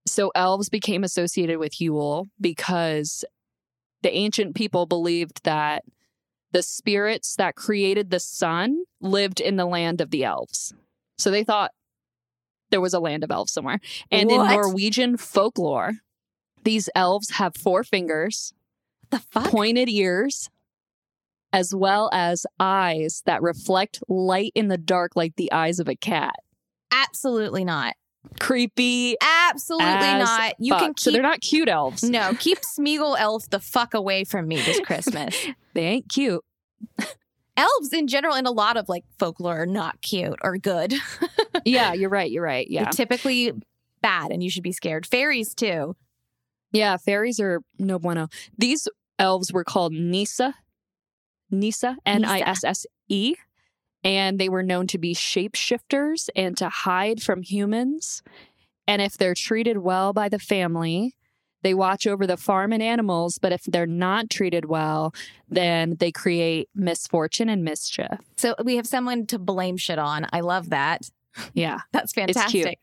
[SPEAKER 2] so elves became associated with yule because the ancient people believed that the spirits that created the sun lived in the land of the elves so they thought there was a land of elves somewhere and
[SPEAKER 1] What?
[SPEAKER 2] in norwegian folklore these elves have four fingers
[SPEAKER 1] What the fuck?
[SPEAKER 2] pointed ears, as well as eyes that reflect light in the dark like the eyes of a cat.
[SPEAKER 1] Absolutely not.
[SPEAKER 2] creepy.
[SPEAKER 1] Absolutely
[SPEAKER 2] As
[SPEAKER 1] not. You can
[SPEAKER 2] fuck. So
[SPEAKER 1] keep
[SPEAKER 2] they're not cute elves.
[SPEAKER 1] no keep Smeagol Elf the fuck away from me
[SPEAKER 2] (laughs)
[SPEAKER 1] this Christmas.
[SPEAKER 2] They ain't cute.
[SPEAKER 1] Elves in general, in a lot of like folklore, are not cute or good.
[SPEAKER 2] (laughs) Yeah, you're right. You're right. Yeah.
[SPEAKER 1] They're typically bad, and you should be scared. Fairies too.
[SPEAKER 2] Yeah, fairies are no bueno. These elves were called Nisa, Nisa, N I S S E, and they were known to be shapeshifters and to hide from humans. And if they're treated well by the family, they watch over the farm and animals. But if they're not treated well, then they create misfortune and mischief.
[SPEAKER 1] So we have someone to blame shit on. I love that.
[SPEAKER 2] Yeah.
[SPEAKER 1] That's
[SPEAKER 2] cute.
[SPEAKER 1] fantastic.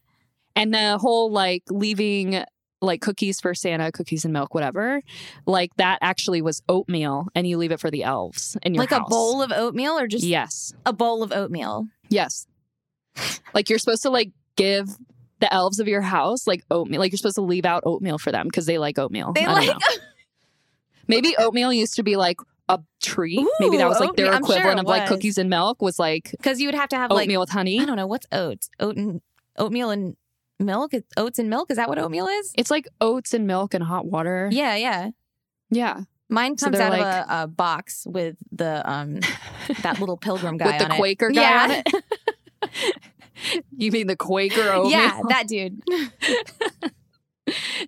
[SPEAKER 2] And the whole like leaving like cookies for Santa, cookies and milk, whatever, like that actually was oatmeal and you leave it for the elves in your
[SPEAKER 1] Like
[SPEAKER 2] house.
[SPEAKER 1] a bowl of oatmeal, or just
[SPEAKER 2] Yes.
[SPEAKER 1] a bowl of oatmeal.
[SPEAKER 2] Yes. like you're supposed to like give the elves of your house like oatmeal. Like you're supposed to leave out oatmeal for them because they like oatmeal.
[SPEAKER 1] They
[SPEAKER 2] I don't
[SPEAKER 1] like
[SPEAKER 2] know.
[SPEAKER 1] (laughs)
[SPEAKER 2] Maybe oatmeal used to be like a treat. Maybe
[SPEAKER 1] Ooh,
[SPEAKER 2] that was like their
[SPEAKER 1] oatmeal. I'm sure
[SPEAKER 2] equivalent
[SPEAKER 1] it
[SPEAKER 2] of like
[SPEAKER 1] was.
[SPEAKER 2] cookies and milk was like
[SPEAKER 1] because you would have to have like
[SPEAKER 2] oatmeal with honey.
[SPEAKER 1] I don't know what's oats, oat and oatmeal and milk. It's Oats and milk is that what oatmeal is?
[SPEAKER 2] It's like oats and milk and hot water.
[SPEAKER 1] Yeah, yeah.
[SPEAKER 2] yeah.
[SPEAKER 1] Mine
[SPEAKER 2] So
[SPEAKER 1] comes
[SPEAKER 2] they're
[SPEAKER 1] out
[SPEAKER 2] like-
[SPEAKER 1] of a, a box with the
[SPEAKER 2] (laughs)
[SPEAKER 1] um that little pilgrim guy
[SPEAKER 2] With the
[SPEAKER 1] on it.
[SPEAKER 2] Quaker guy
[SPEAKER 1] yeah.
[SPEAKER 2] on it. (laughs) You mean the (laughs) Quaker oatmeal?
[SPEAKER 1] yeah, that dude.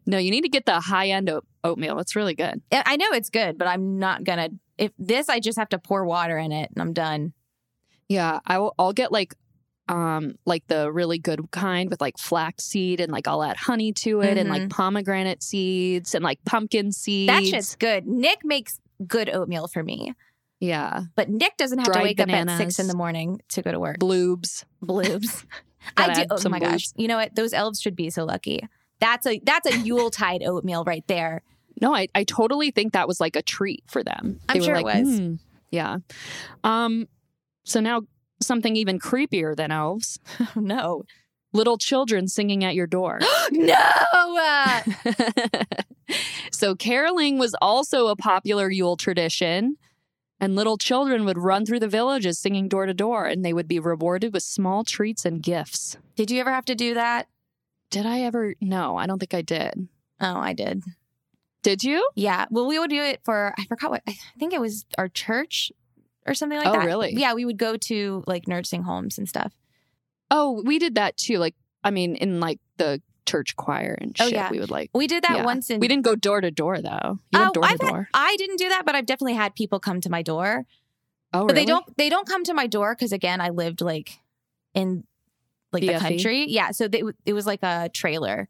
[SPEAKER 2] No, you need to get the high end oat- oatmeal. It's really good.
[SPEAKER 1] I I know it's good, but I'm not gonna. If this, I just have to pour water in it, and I'm done.
[SPEAKER 2] Yeah, I will. I'll get like, um, like the really good kind with like flaxseed and like I'll add honey to it and like pomegranate seeds and like pumpkin seeds.
[SPEAKER 1] That shit's good. Nick makes good oatmeal for me,
[SPEAKER 2] yeah,
[SPEAKER 1] but Nick doesn't have to
[SPEAKER 2] Dried
[SPEAKER 1] wake up at six
[SPEAKER 2] bananas.
[SPEAKER 1] in the morning to go to work.
[SPEAKER 2] bloobs.
[SPEAKER 1] Bloobs.
[SPEAKER 2] Gotta
[SPEAKER 1] I do.
[SPEAKER 2] add
[SPEAKER 1] Oh
[SPEAKER 2] some
[SPEAKER 1] my gosh! You know what? Those elves should be so lucky. That's a that's a Yuletide oatmeal right there.
[SPEAKER 2] (laughs) No, I I totally think that was like a treat for them.
[SPEAKER 1] I'm
[SPEAKER 2] were
[SPEAKER 1] sure it
[SPEAKER 2] like,
[SPEAKER 1] was.
[SPEAKER 2] "Hmm." Yeah. Um. So now something even creepier than elves:
[SPEAKER 1] Oh, (laughs) no,
[SPEAKER 2] little children singing at
[SPEAKER 1] (gasps)
[SPEAKER 2] your door. (laughs)
[SPEAKER 1] no. Uh,
[SPEAKER 2] so caroling was also a popular Yule tradition. And little children would run through the villages singing door to door, and they would be rewarded with small treats and gifts.
[SPEAKER 1] did you ever have to do that?
[SPEAKER 2] Did I ever? No, I don't think I did.
[SPEAKER 1] Oh, I did.
[SPEAKER 2] Did you?
[SPEAKER 1] Yeah. Well, we would do it for I forgot what I think it was our church or something like
[SPEAKER 2] Oh,
[SPEAKER 1] that.
[SPEAKER 2] really?
[SPEAKER 1] Yeah, we would go to like nursing homes and stuff.
[SPEAKER 2] Oh, we did that too. Like, I mean, in like the church choir and
[SPEAKER 1] Oh,
[SPEAKER 2] shit,
[SPEAKER 1] yeah.
[SPEAKER 2] we would like.
[SPEAKER 1] We did that
[SPEAKER 2] Yeah.
[SPEAKER 1] once in
[SPEAKER 2] We didn't go door to door though. You went
[SPEAKER 1] Oh,
[SPEAKER 2] door to
[SPEAKER 1] I've had-
[SPEAKER 2] door.
[SPEAKER 1] I didn't do that, but I've definitely had people come to my door.
[SPEAKER 2] Oh,
[SPEAKER 1] But
[SPEAKER 2] really?
[SPEAKER 1] they don't they don't come to my door cuz again, I lived like in like the
[SPEAKER 2] BFE?
[SPEAKER 1] country. Yeah, so they, it was like a
[SPEAKER 2] (laughs)
[SPEAKER 1] trailer.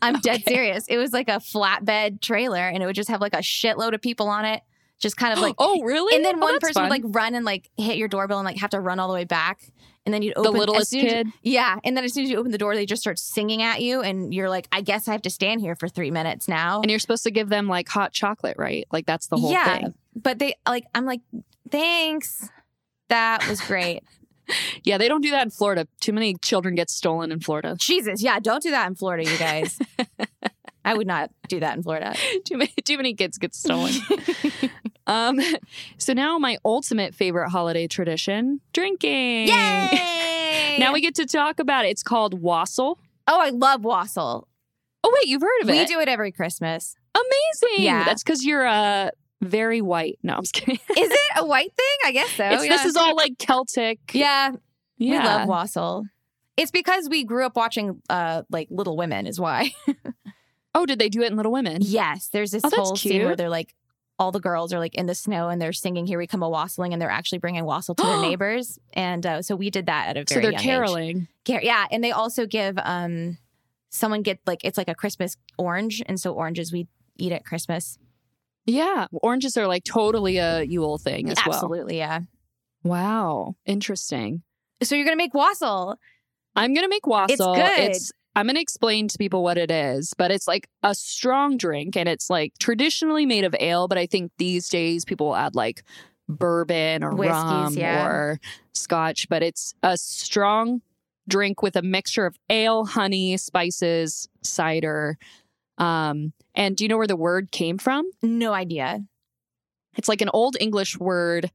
[SPEAKER 1] I'm dead
[SPEAKER 2] Okay.
[SPEAKER 1] serious. It was like a flatbed trailer and it would just have like a shitload of people on it just kind of
[SPEAKER 2] (gasps)
[SPEAKER 1] like
[SPEAKER 2] oh, really?
[SPEAKER 1] And then
[SPEAKER 2] one
[SPEAKER 1] one person would like run and like hit your doorbell and like have to run all the way back. And then you'd
[SPEAKER 2] the
[SPEAKER 1] open as
[SPEAKER 2] littlest
[SPEAKER 1] soon as-
[SPEAKER 2] kid.
[SPEAKER 1] yeah. And then as soon as you open the door, they just start singing at you. And you're like, I guess I have to stand here for three minutes now.
[SPEAKER 2] And you're supposed to give them like hot chocolate, right? Like that's the whole
[SPEAKER 1] Yeah.
[SPEAKER 2] thing.
[SPEAKER 1] But they like, I'm like, thanks. That was great.
[SPEAKER 2] Yeah, they don't do that in Florida. Too many children get stolen in Florida. (laughs)
[SPEAKER 1] Jesus. Yeah. Don't do that in Florida, you guys. I would not do that in Florida.
[SPEAKER 2] too many too many kids
[SPEAKER 1] (laughs)
[SPEAKER 2] get stolen. um so now my ultimate favorite holiday tradition, drinking.
[SPEAKER 1] Yay.
[SPEAKER 2] Now we get to talk about it. It's called wassail.
[SPEAKER 1] Oh, I love wassail.
[SPEAKER 2] Oh wait, you've heard of
[SPEAKER 1] We
[SPEAKER 2] it.
[SPEAKER 1] do it every
[SPEAKER 2] (laughs)
[SPEAKER 1] Christmas.
[SPEAKER 2] Amazing.
[SPEAKER 1] Yeah.
[SPEAKER 2] That's cuz you're uh very white. No, I'm just kidding.
[SPEAKER 1] Is it a white thing? I guess so.
[SPEAKER 2] It's-
[SPEAKER 1] Oh, yeah.
[SPEAKER 2] This is all like Celtic.
[SPEAKER 1] yeah. We
[SPEAKER 2] Yeah.
[SPEAKER 1] love Wassel. It's because we grew up watching uh like Little Women is
[SPEAKER 2] (laughs)
[SPEAKER 1] why.
[SPEAKER 2] oh, did they do it in Little Women?
[SPEAKER 1] yes, there's this
[SPEAKER 2] Oh, that's
[SPEAKER 1] whole scene where
[SPEAKER 2] cute.
[SPEAKER 1] they're like all the girls are like in the snow and they're singing "Here We Come a Wassailing" and they're actually bringing wassail to their
[SPEAKER 2] (gasps)
[SPEAKER 1] neighbors. And uh, so we did that at a very
[SPEAKER 2] So they're
[SPEAKER 1] young age.
[SPEAKER 2] caroling.
[SPEAKER 1] Car- yeah, and they also give um someone get like it's like a Christmas orange, and so oranges we eat at Christmas.
[SPEAKER 2] Yeah, oranges are like totally a Yule thing as
[SPEAKER 1] Absolutely, yeah.
[SPEAKER 2] well. Wow, interesting.
[SPEAKER 1] So you're gonna make wassail.
[SPEAKER 2] I'm gonna make wassail.
[SPEAKER 1] good.
[SPEAKER 2] I'm gonna explain to people what it is, but it's like a strong drink, and it's like traditionally made of ale, but I think these days people will add like bourbon or
[SPEAKER 1] Whiskeys,
[SPEAKER 2] rum
[SPEAKER 1] yeah.
[SPEAKER 2] or scotch, but it's a strong drink with a mixture of ale, honey, spices, cider. Um, and do you know where the word came from?
[SPEAKER 1] No idea.
[SPEAKER 2] It's like an old English word,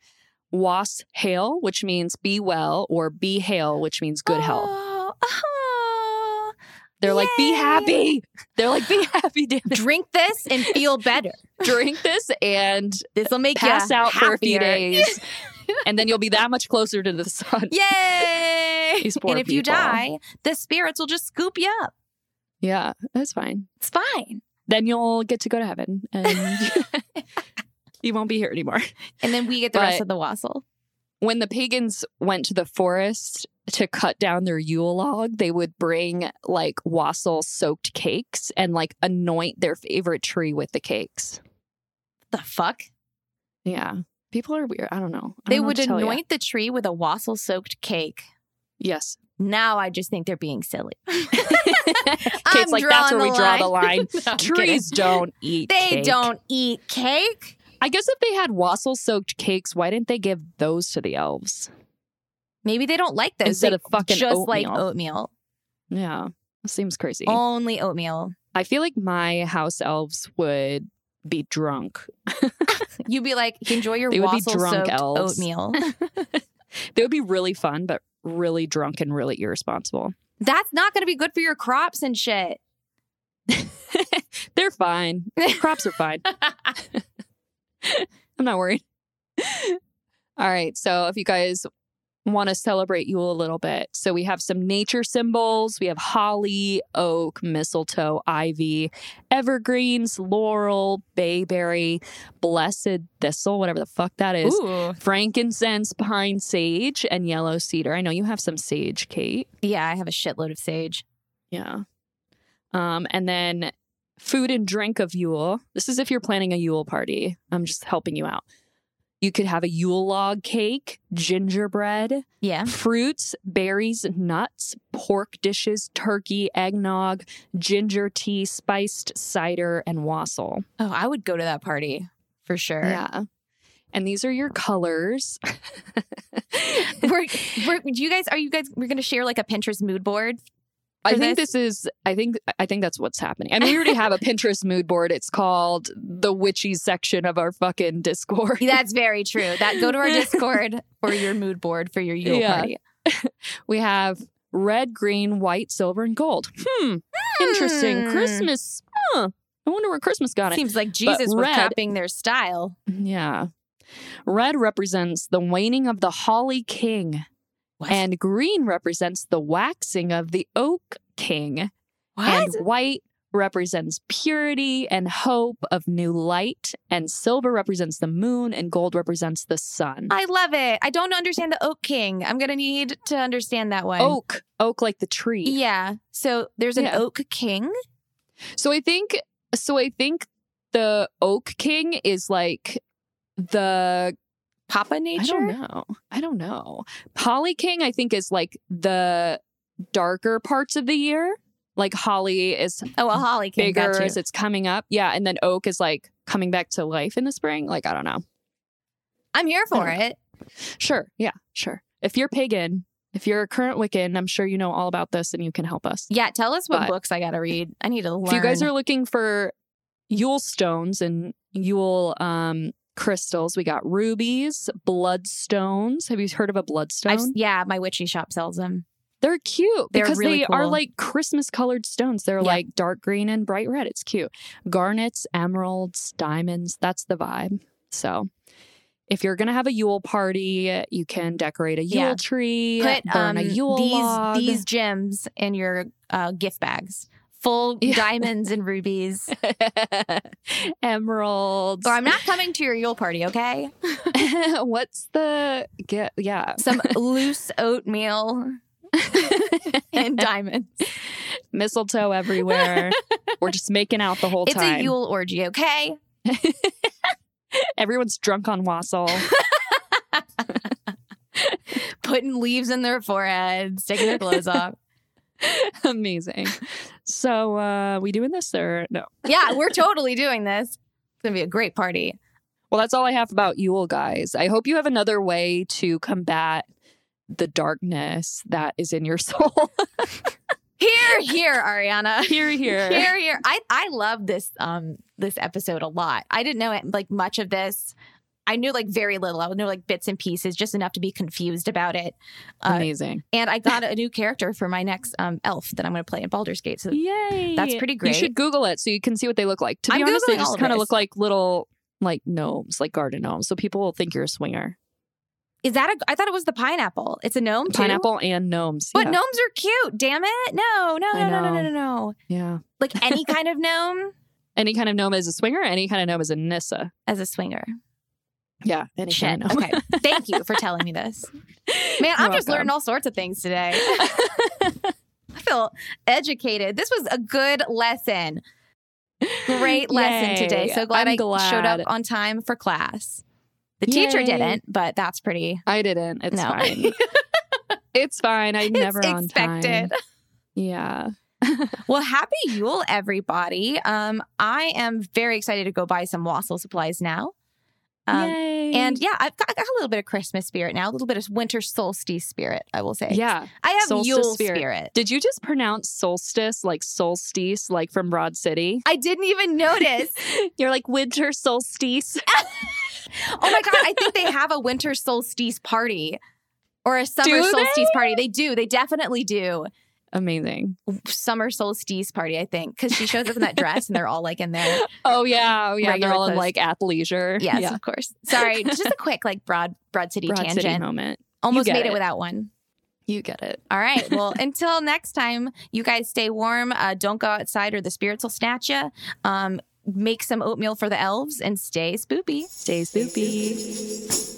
[SPEAKER 2] was hail, which means be well, or be hail, which means good health.
[SPEAKER 1] Oh, oh.
[SPEAKER 2] uh-huh. They're like, be
[SPEAKER 1] Yay!
[SPEAKER 2] (laughs) happy. They're like, be happy, damn it.
[SPEAKER 1] Drink this and feel better.
[SPEAKER 2] Drink this and
[SPEAKER 1] (laughs) This will make
[SPEAKER 2] pass
[SPEAKER 1] ya
[SPEAKER 2] out for a few
[SPEAKER 1] happier. (laughs)
[SPEAKER 2] days. and then you'll be that much closer to the sun. (laughs)
[SPEAKER 1] Yay!
[SPEAKER 2] These poor
[SPEAKER 1] and if you
[SPEAKER 2] people.
[SPEAKER 1] die, the spirits will just scoop you up.
[SPEAKER 2] Yeah, that's fine.
[SPEAKER 1] It's fine.
[SPEAKER 2] Then you'll get to go to heaven
[SPEAKER 1] (laughs)
[SPEAKER 2] and (laughs) you won't be here anymore.
[SPEAKER 1] And then we get the rest
[SPEAKER 2] But-
[SPEAKER 1] of the wassail.
[SPEAKER 2] when the pagans went to the forest to cut down their Yule log, they would bring like wassail soaked cakes and like anoint their favorite tree with the cakes.
[SPEAKER 1] The fuck?
[SPEAKER 2] Yeah. People are weird. I don't know. I
[SPEAKER 1] They
[SPEAKER 2] don't know what
[SPEAKER 1] would
[SPEAKER 2] to tell ya.
[SPEAKER 1] anoint the tree with a wassail soaked cake.
[SPEAKER 2] Yes.
[SPEAKER 1] Now I just think they're being (laughs)
[SPEAKER 2] (laughs)
[SPEAKER 1] silly.
[SPEAKER 2] Kate's like, that's where
[SPEAKER 1] drawing
[SPEAKER 2] we draw the line.
[SPEAKER 1] (laughs) No, I'm
[SPEAKER 2] (laughs)
[SPEAKER 1] (laughs)
[SPEAKER 2] Trees don't eat
[SPEAKER 1] kidding. They
[SPEAKER 2] cake.
[SPEAKER 1] don't eat cake.
[SPEAKER 2] I guess if they had wassail soaked cakes, why didn't they give those to the elves?
[SPEAKER 1] Maybe they don't like those.
[SPEAKER 2] Instead
[SPEAKER 1] They
[SPEAKER 2] of fucking
[SPEAKER 1] just like
[SPEAKER 2] oatmeal.
[SPEAKER 1] oatmeal.
[SPEAKER 2] Yeah. Seems crazy.
[SPEAKER 1] Only oatmeal.
[SPEAKER 2] I feel like my house elves would be drunk
[SPEAKER 1] You'd be like, enjoy your
[SPEAKER 2] They would be
[SPEAKER 1] wassail
[SPEAKER 2] drunk
[SPEAKER 1] soaked
[SPEAKER 2] elves. (laughs)
[SPEAKER 1] oatmeal.
[SPEAKER 2] They would be really fun, but really drunk and really irresponsible. (laughs)
[SPEAKER 1] That's not going to be good for your crops and shit.
[SPEAKER 2] They're fine. Crops are fine. I'm not worried. (laughs) All right. So if you guys want to celebrate Yule a little bit, so we have some nature symbols. We have holly, oak, mistletoe, ivy, evergreens, laurel, bayberry, blessed thistle, whatever the fuck that is,
[SPEAKER 1] Ooh.
[SPEAKER 2] frankincense, pine sage, and yellow cedar. I know you have some sage, Kate.
[SPEAKER 1] Yeah, I have a shitload of sage.
[SPEAKER 2] Yeah. Um, and then food and drink of Yule. This is if you're planning a Yule party. I'm just helping you out. You could have a Yule log cake, gingerbread,
[SPEAKER 1] Yeah.
[SPEAKER 2] fruits, berries, nuts, pork dishes, turkey, eggnog, ginger tea, spiced cider, and wassail.
[SPEAKER 1] Oh, I would go to that party for sure.
[SPEAKER 2] Yeah. And these are your colors.
[SPEAKER 1] (laughs)
[SPEAKER 2] (laughs)
[SPEAKER 1] we're, we're, do you guys, are you guys, we're going to share like a Pinterest mood board?
[SPEAKER 2] I
[SPEAKER 1] for
[SPEAKER 2] think
[SPEAKER 1] this?
[SPEAKER 2] this is I think I think that's what's happening. I mean, we already
[SPEAKER 1] (laughs)
[SPEAKER 2] have a Pinterest mood board. It's called the witchy section of our fucking Discord.
[SPEAKER 1] That's very true. That Go to (laughs) our Discord for your mood board for your Yule
[SPEAKER 2] (laughs) Yeah.
[SPEAKER 1] party.
[SPEAKER 2] (laughs) We have red, green, white, silver, and gold. Hmm. Interesting.
[SPEAKER 1] Hmm.
[SPEAKER 2] Christmas. Huh. I wonder where Christmas got it.
[SPEAKER 1] Seems like Jesus was
[SPEAKER 2] red-
[SPEAKER 1] copying their style.
[SPEAKER 2] Yeah. Red represents the waning of the Holly King,
[SPEAKER 1] What?
[SPEAKER 2] and green represents the waxing of the Oak King, and white represents purity and hope of new light, and silver represents the moon, and gold represents the sun.
[SPEAKER 1] I love it. I don't understand the Oak King. I'm going to need to understand that one.
[SPEAKER 2] Oak, oak like the tree.
[SPEAKER 1] Yeah. So there's an
[SPEAKER 2] Yeah.
[SPEAKER 1] Oak King.
[SPEAKER 2] So I think so I think the Oak King is like the
[SPEAKER 1] Papa
[SPEAKER 2] I
[SPEAKER 1] Nature?
[SPEAKER 2] don't know. I don't know. Holly King I think is like the darker parts of the year. Like holly is
[SPEAKER 1] Oh, a Holly King.
[SPEAKER 2] bigger
[SPEAKER 1] Got you.
[SPEAKER 2] as it's coming up. Yeah, and then oak is like coming back to life in the spring. Like I don't know.
[SPEAKER 1] I'm here for
[SPEAKER 2] I
[SPEAKER 1] it.
[SPEAKER 2] Sure. Yeah, sure. If you're pagan, if you're a current Wiccan, I'm sure you know all about this and you can help us.
[SPEAKER 1] Yeah. Tell us what
[SPEAKER 2] But-
[SPEAKER 1] books I got to read. I need to learn.
[SPEAKER 2] If you guys are looking for Yule stones and Yule um, crystals, we got rubies, bloodstones. Have you heard of a bloodstone?
[SPEAKER 1] I've, yeah, my witchy shop sells them.
[SPEAKER 2] They're cute
[SPEAKER 1] They're
[SPEAKER 2] because
[SPEAKER 1] really
[SPEAKER 2] they are
[SPEAKER 1] cool.
[SPEAKER 2] like Christmas colored stones. They're
[SPEAKER 1] Yeah.
[SPEAKER 2] like dark green and bright red. It's cute. Garnets, emeralds, diamonds. That's the vibe. So. If you're gonna have a Yule party, you can decorate a Yule
[SPEAKER 1] Yeah.
[SPEAKER 2] tree,
[SPEAKER 1] Put um,
[SPEAKER 2] burn a Yule
[SPEAKER 1] these
[SPEAKER 2] log.
[SPEAKER 1] these gems in your uh, gift bags, full
[SPEAKER 2] Yeah.
[SPEAKER 1] diamonds and rubies.
[SPEAKER 2] (laughs) emeralds.
[SPEAKER 1] Or I'm not coming to your Yule party, okay?
[SPEAKER 2] (laughs) What's the get? Yeah,
[SPEAKER 1] (laughs) Some loose (laughs) oatmeal and diamonds.
[SPEAKER 2] (laughs)
[SPEAKER 1] (laughs)
[SPEAKER 2] mistletoe everywhere. We're just making out the whole
[SPEAKER 1] It's
[SPEAKER 2] time.
[SPEAKER 1] a Yule orgy, okay?
[SPEAKER 2] Everyone's drunk
[SPEAKER 1] (laughs)
[SPEAKER 2] on wassail.
[SPEAKER 1] Putting leaves in their foreheads, taking their clothes off.
[SPEAKER 2] Amazing. So, uh, we doing this or no?
[SPEAKER 1] (laughs) Yeah, we're totally doing this. It's gonna be a great party.
[SPEAKER 2] Well, that's all I have about Yule, guys. I hope you have another way to combat the darkness that is in your (laughs) soul.
[SPEAKER 1] Here, here, Ariana.
[SPEAKER 2] here, here.
[SPEAKER 1] Here, here. I I love this um this episode a lot. I didn't know it, like much of this. I knew like very little. I knew like bits and pieces, just enough to be confused about it. Uh,
[SPEAKER 2] Amazing.
[SPEAKER 1] and I got a new character for my next um, elf that I'm going to play in Baldur's Gate. So
[SPEAKER 2] Yay.
[SPEAKER 1] that's pretty great.
[SPEAKER 2] You should Google it so you can see what they look like. To be
[SPEAKER 1] I'm
[SPEAKER 2] honest, they
[SPEAKER 1] Googling all
[SPEAKER 2] just
[SPEAKER 1] of
[SPEAKER 2] kind of
[SPEAKER 1] this.
[SPEAKER 2] look like little like gnomes, like garden gnomes. So people will think you're a swinger.
[SPEAKER 1] is that a? I thought it was the pineapple. It's a gnome. too?
[SPEAKER 2] Pineapple and gnomes.
[SPEAKER 1] But
[SPEAKER 2] yeah.
[SPEAKER 1] gnomes are cute. Damn it! No, no, no, no,
[SPEAKER 2] I
[SPEAKER 1] no,
[SPEAKER 2] know.
[SPEAKER 1] no, no, no.
[SPEAKER 2] Yeah.
[SPEAKER 1] Like any kind of
[SPEAKER 2] (laughs)
[SPEAKER 1] gnome
[SPEAKER 2] Any kind of gnome is a swinger, any kind of gnome is a nissa.
[SPEAKER 1] as a swinger.
[SPEAKER 2] Yeah. Any
[SPEAKER 1] Shit.
[SPEAKER 2] kind (laughs) of gnome.
[SPEAKER 1] Okay. Thank you for telling me
[SPEAKER 2] (laughs)
[SPEAKER 1] this. Man, I'm
[SPEAKER 2] You're
[SPEAKER 1] just
[SPEAKER 2] welcome.
[SPEAKER 1] learning all sorts of things today. I feel educated. This was a good lesson. Great lesson
[SPEAKER 2] Yay.
[SPEAKER 1] today. So glad
[SPEAKER 2] I'm
[SPEAKER 1] i showed up
[SPEAKER 2] glad.
[SPEAKER 1] on time for class. The teacher
[SPEAKER 2] Yay.
[SPEAKER 1] didn't, but that's pretty.
[SPEAKER 2] I didn't. It's
[SPEAKER 1] No.
[SPEAKER 2] (laughs) fine. it's fine. I'm never
[SPEAKER 1] it's
[SPEAKER 2] on
[SPEAKER 1] expected.
[SPEAKER 2] time. Yeah.
[SPEAKER 1] Well, happy Yule, everybody. Um, I am very excited to go buy some Wassel supplies now. Um,
[SPEAKER 2] Yay.
[SPEAKER 1] and yeah, I've got, I got a little bit of Christmas spirit now, a little bit of winter solstice spirit, I will say.
[SPEAKER 2] yeah.
[SPEAKER 1] I have
[SPEAKER 2] Solstice
[SPEAKER 1] Yule
[SPEAKER 2] spirit.
[SPEAKER 1] spirit.
[SPEAKER 2] Did you just pronounce solstice like solstice, like from Broad City?
[SPEAKER 1] I didn't even notice.
[SPEAKER 2] You're like winter solstice.
[SPEAKER 1] (laughs) oh my god, I think they have a winter solstice party or a summer
[SPEAKER 2] Do they?
[SPEAKER 1] solstice party. They do. They definitely do.
[SPEAKER 2] Amazing.
[SPEAKER 1] Summer solstice party, I think, because she shows up in that dress and they're all like in
[SPEAKER 2] (laughs)
[SPEAKER 1] there.
[SPEAKER 2] Oh yeah, oh yeah.
[SPEAKER 1] Regular
[SPEAKER 2] They're all in
[SPEAKER 1] clothes.
[SPEAKER 2] like athleisure.
[SPEAKER 1] Yes,
[SPEAKER 2] yeah.
[SPEAKER 1] of course. Sorry, just a quick like broad broad city
[SPEAKER 2] Broad
[SPEAKER 1] tangent.
[SPEAKER 2] City moment.
[SPEAKER 1] Almost
[SPEAKER 2] get
[SPEAKER 1] made it.
[SPEAKER 2] it.
[SPEAKER 1] without one.
[SPEAKER 2] You get it.
[SPEAKER 1] All right. Well, until next time, you guys stay warm. Uh, don't go outside or the spirits will snatch you. Um, make some oatmeal for the elves and stay spoopy.
[SPEAKER 2] Stay spoopy.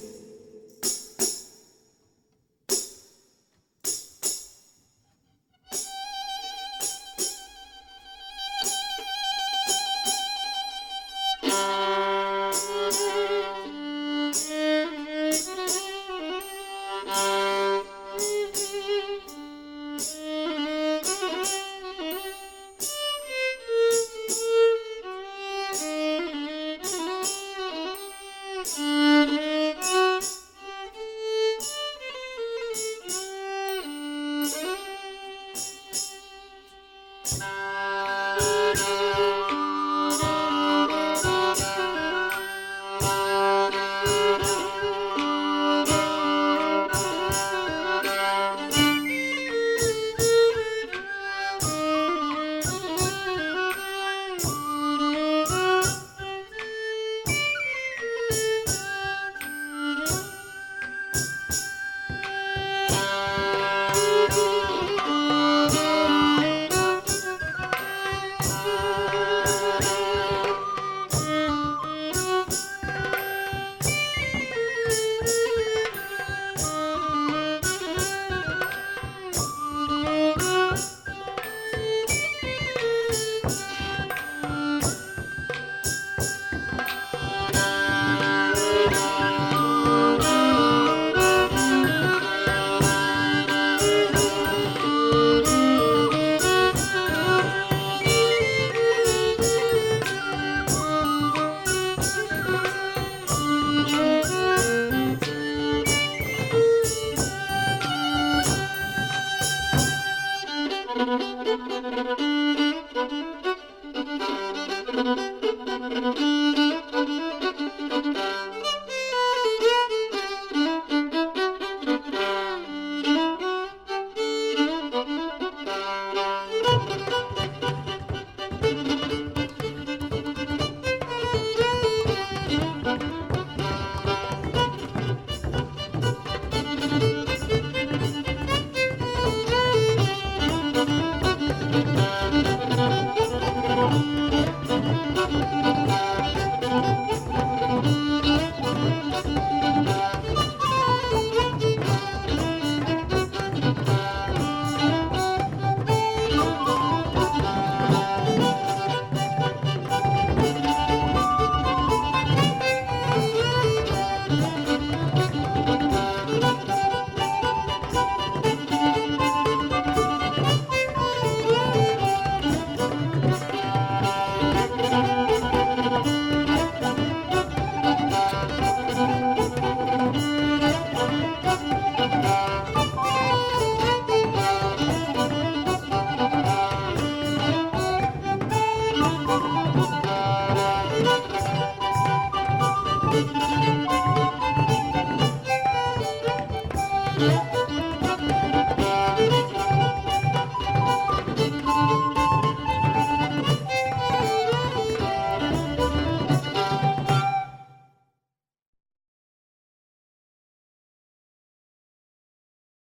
[SPEAKER 3] Thank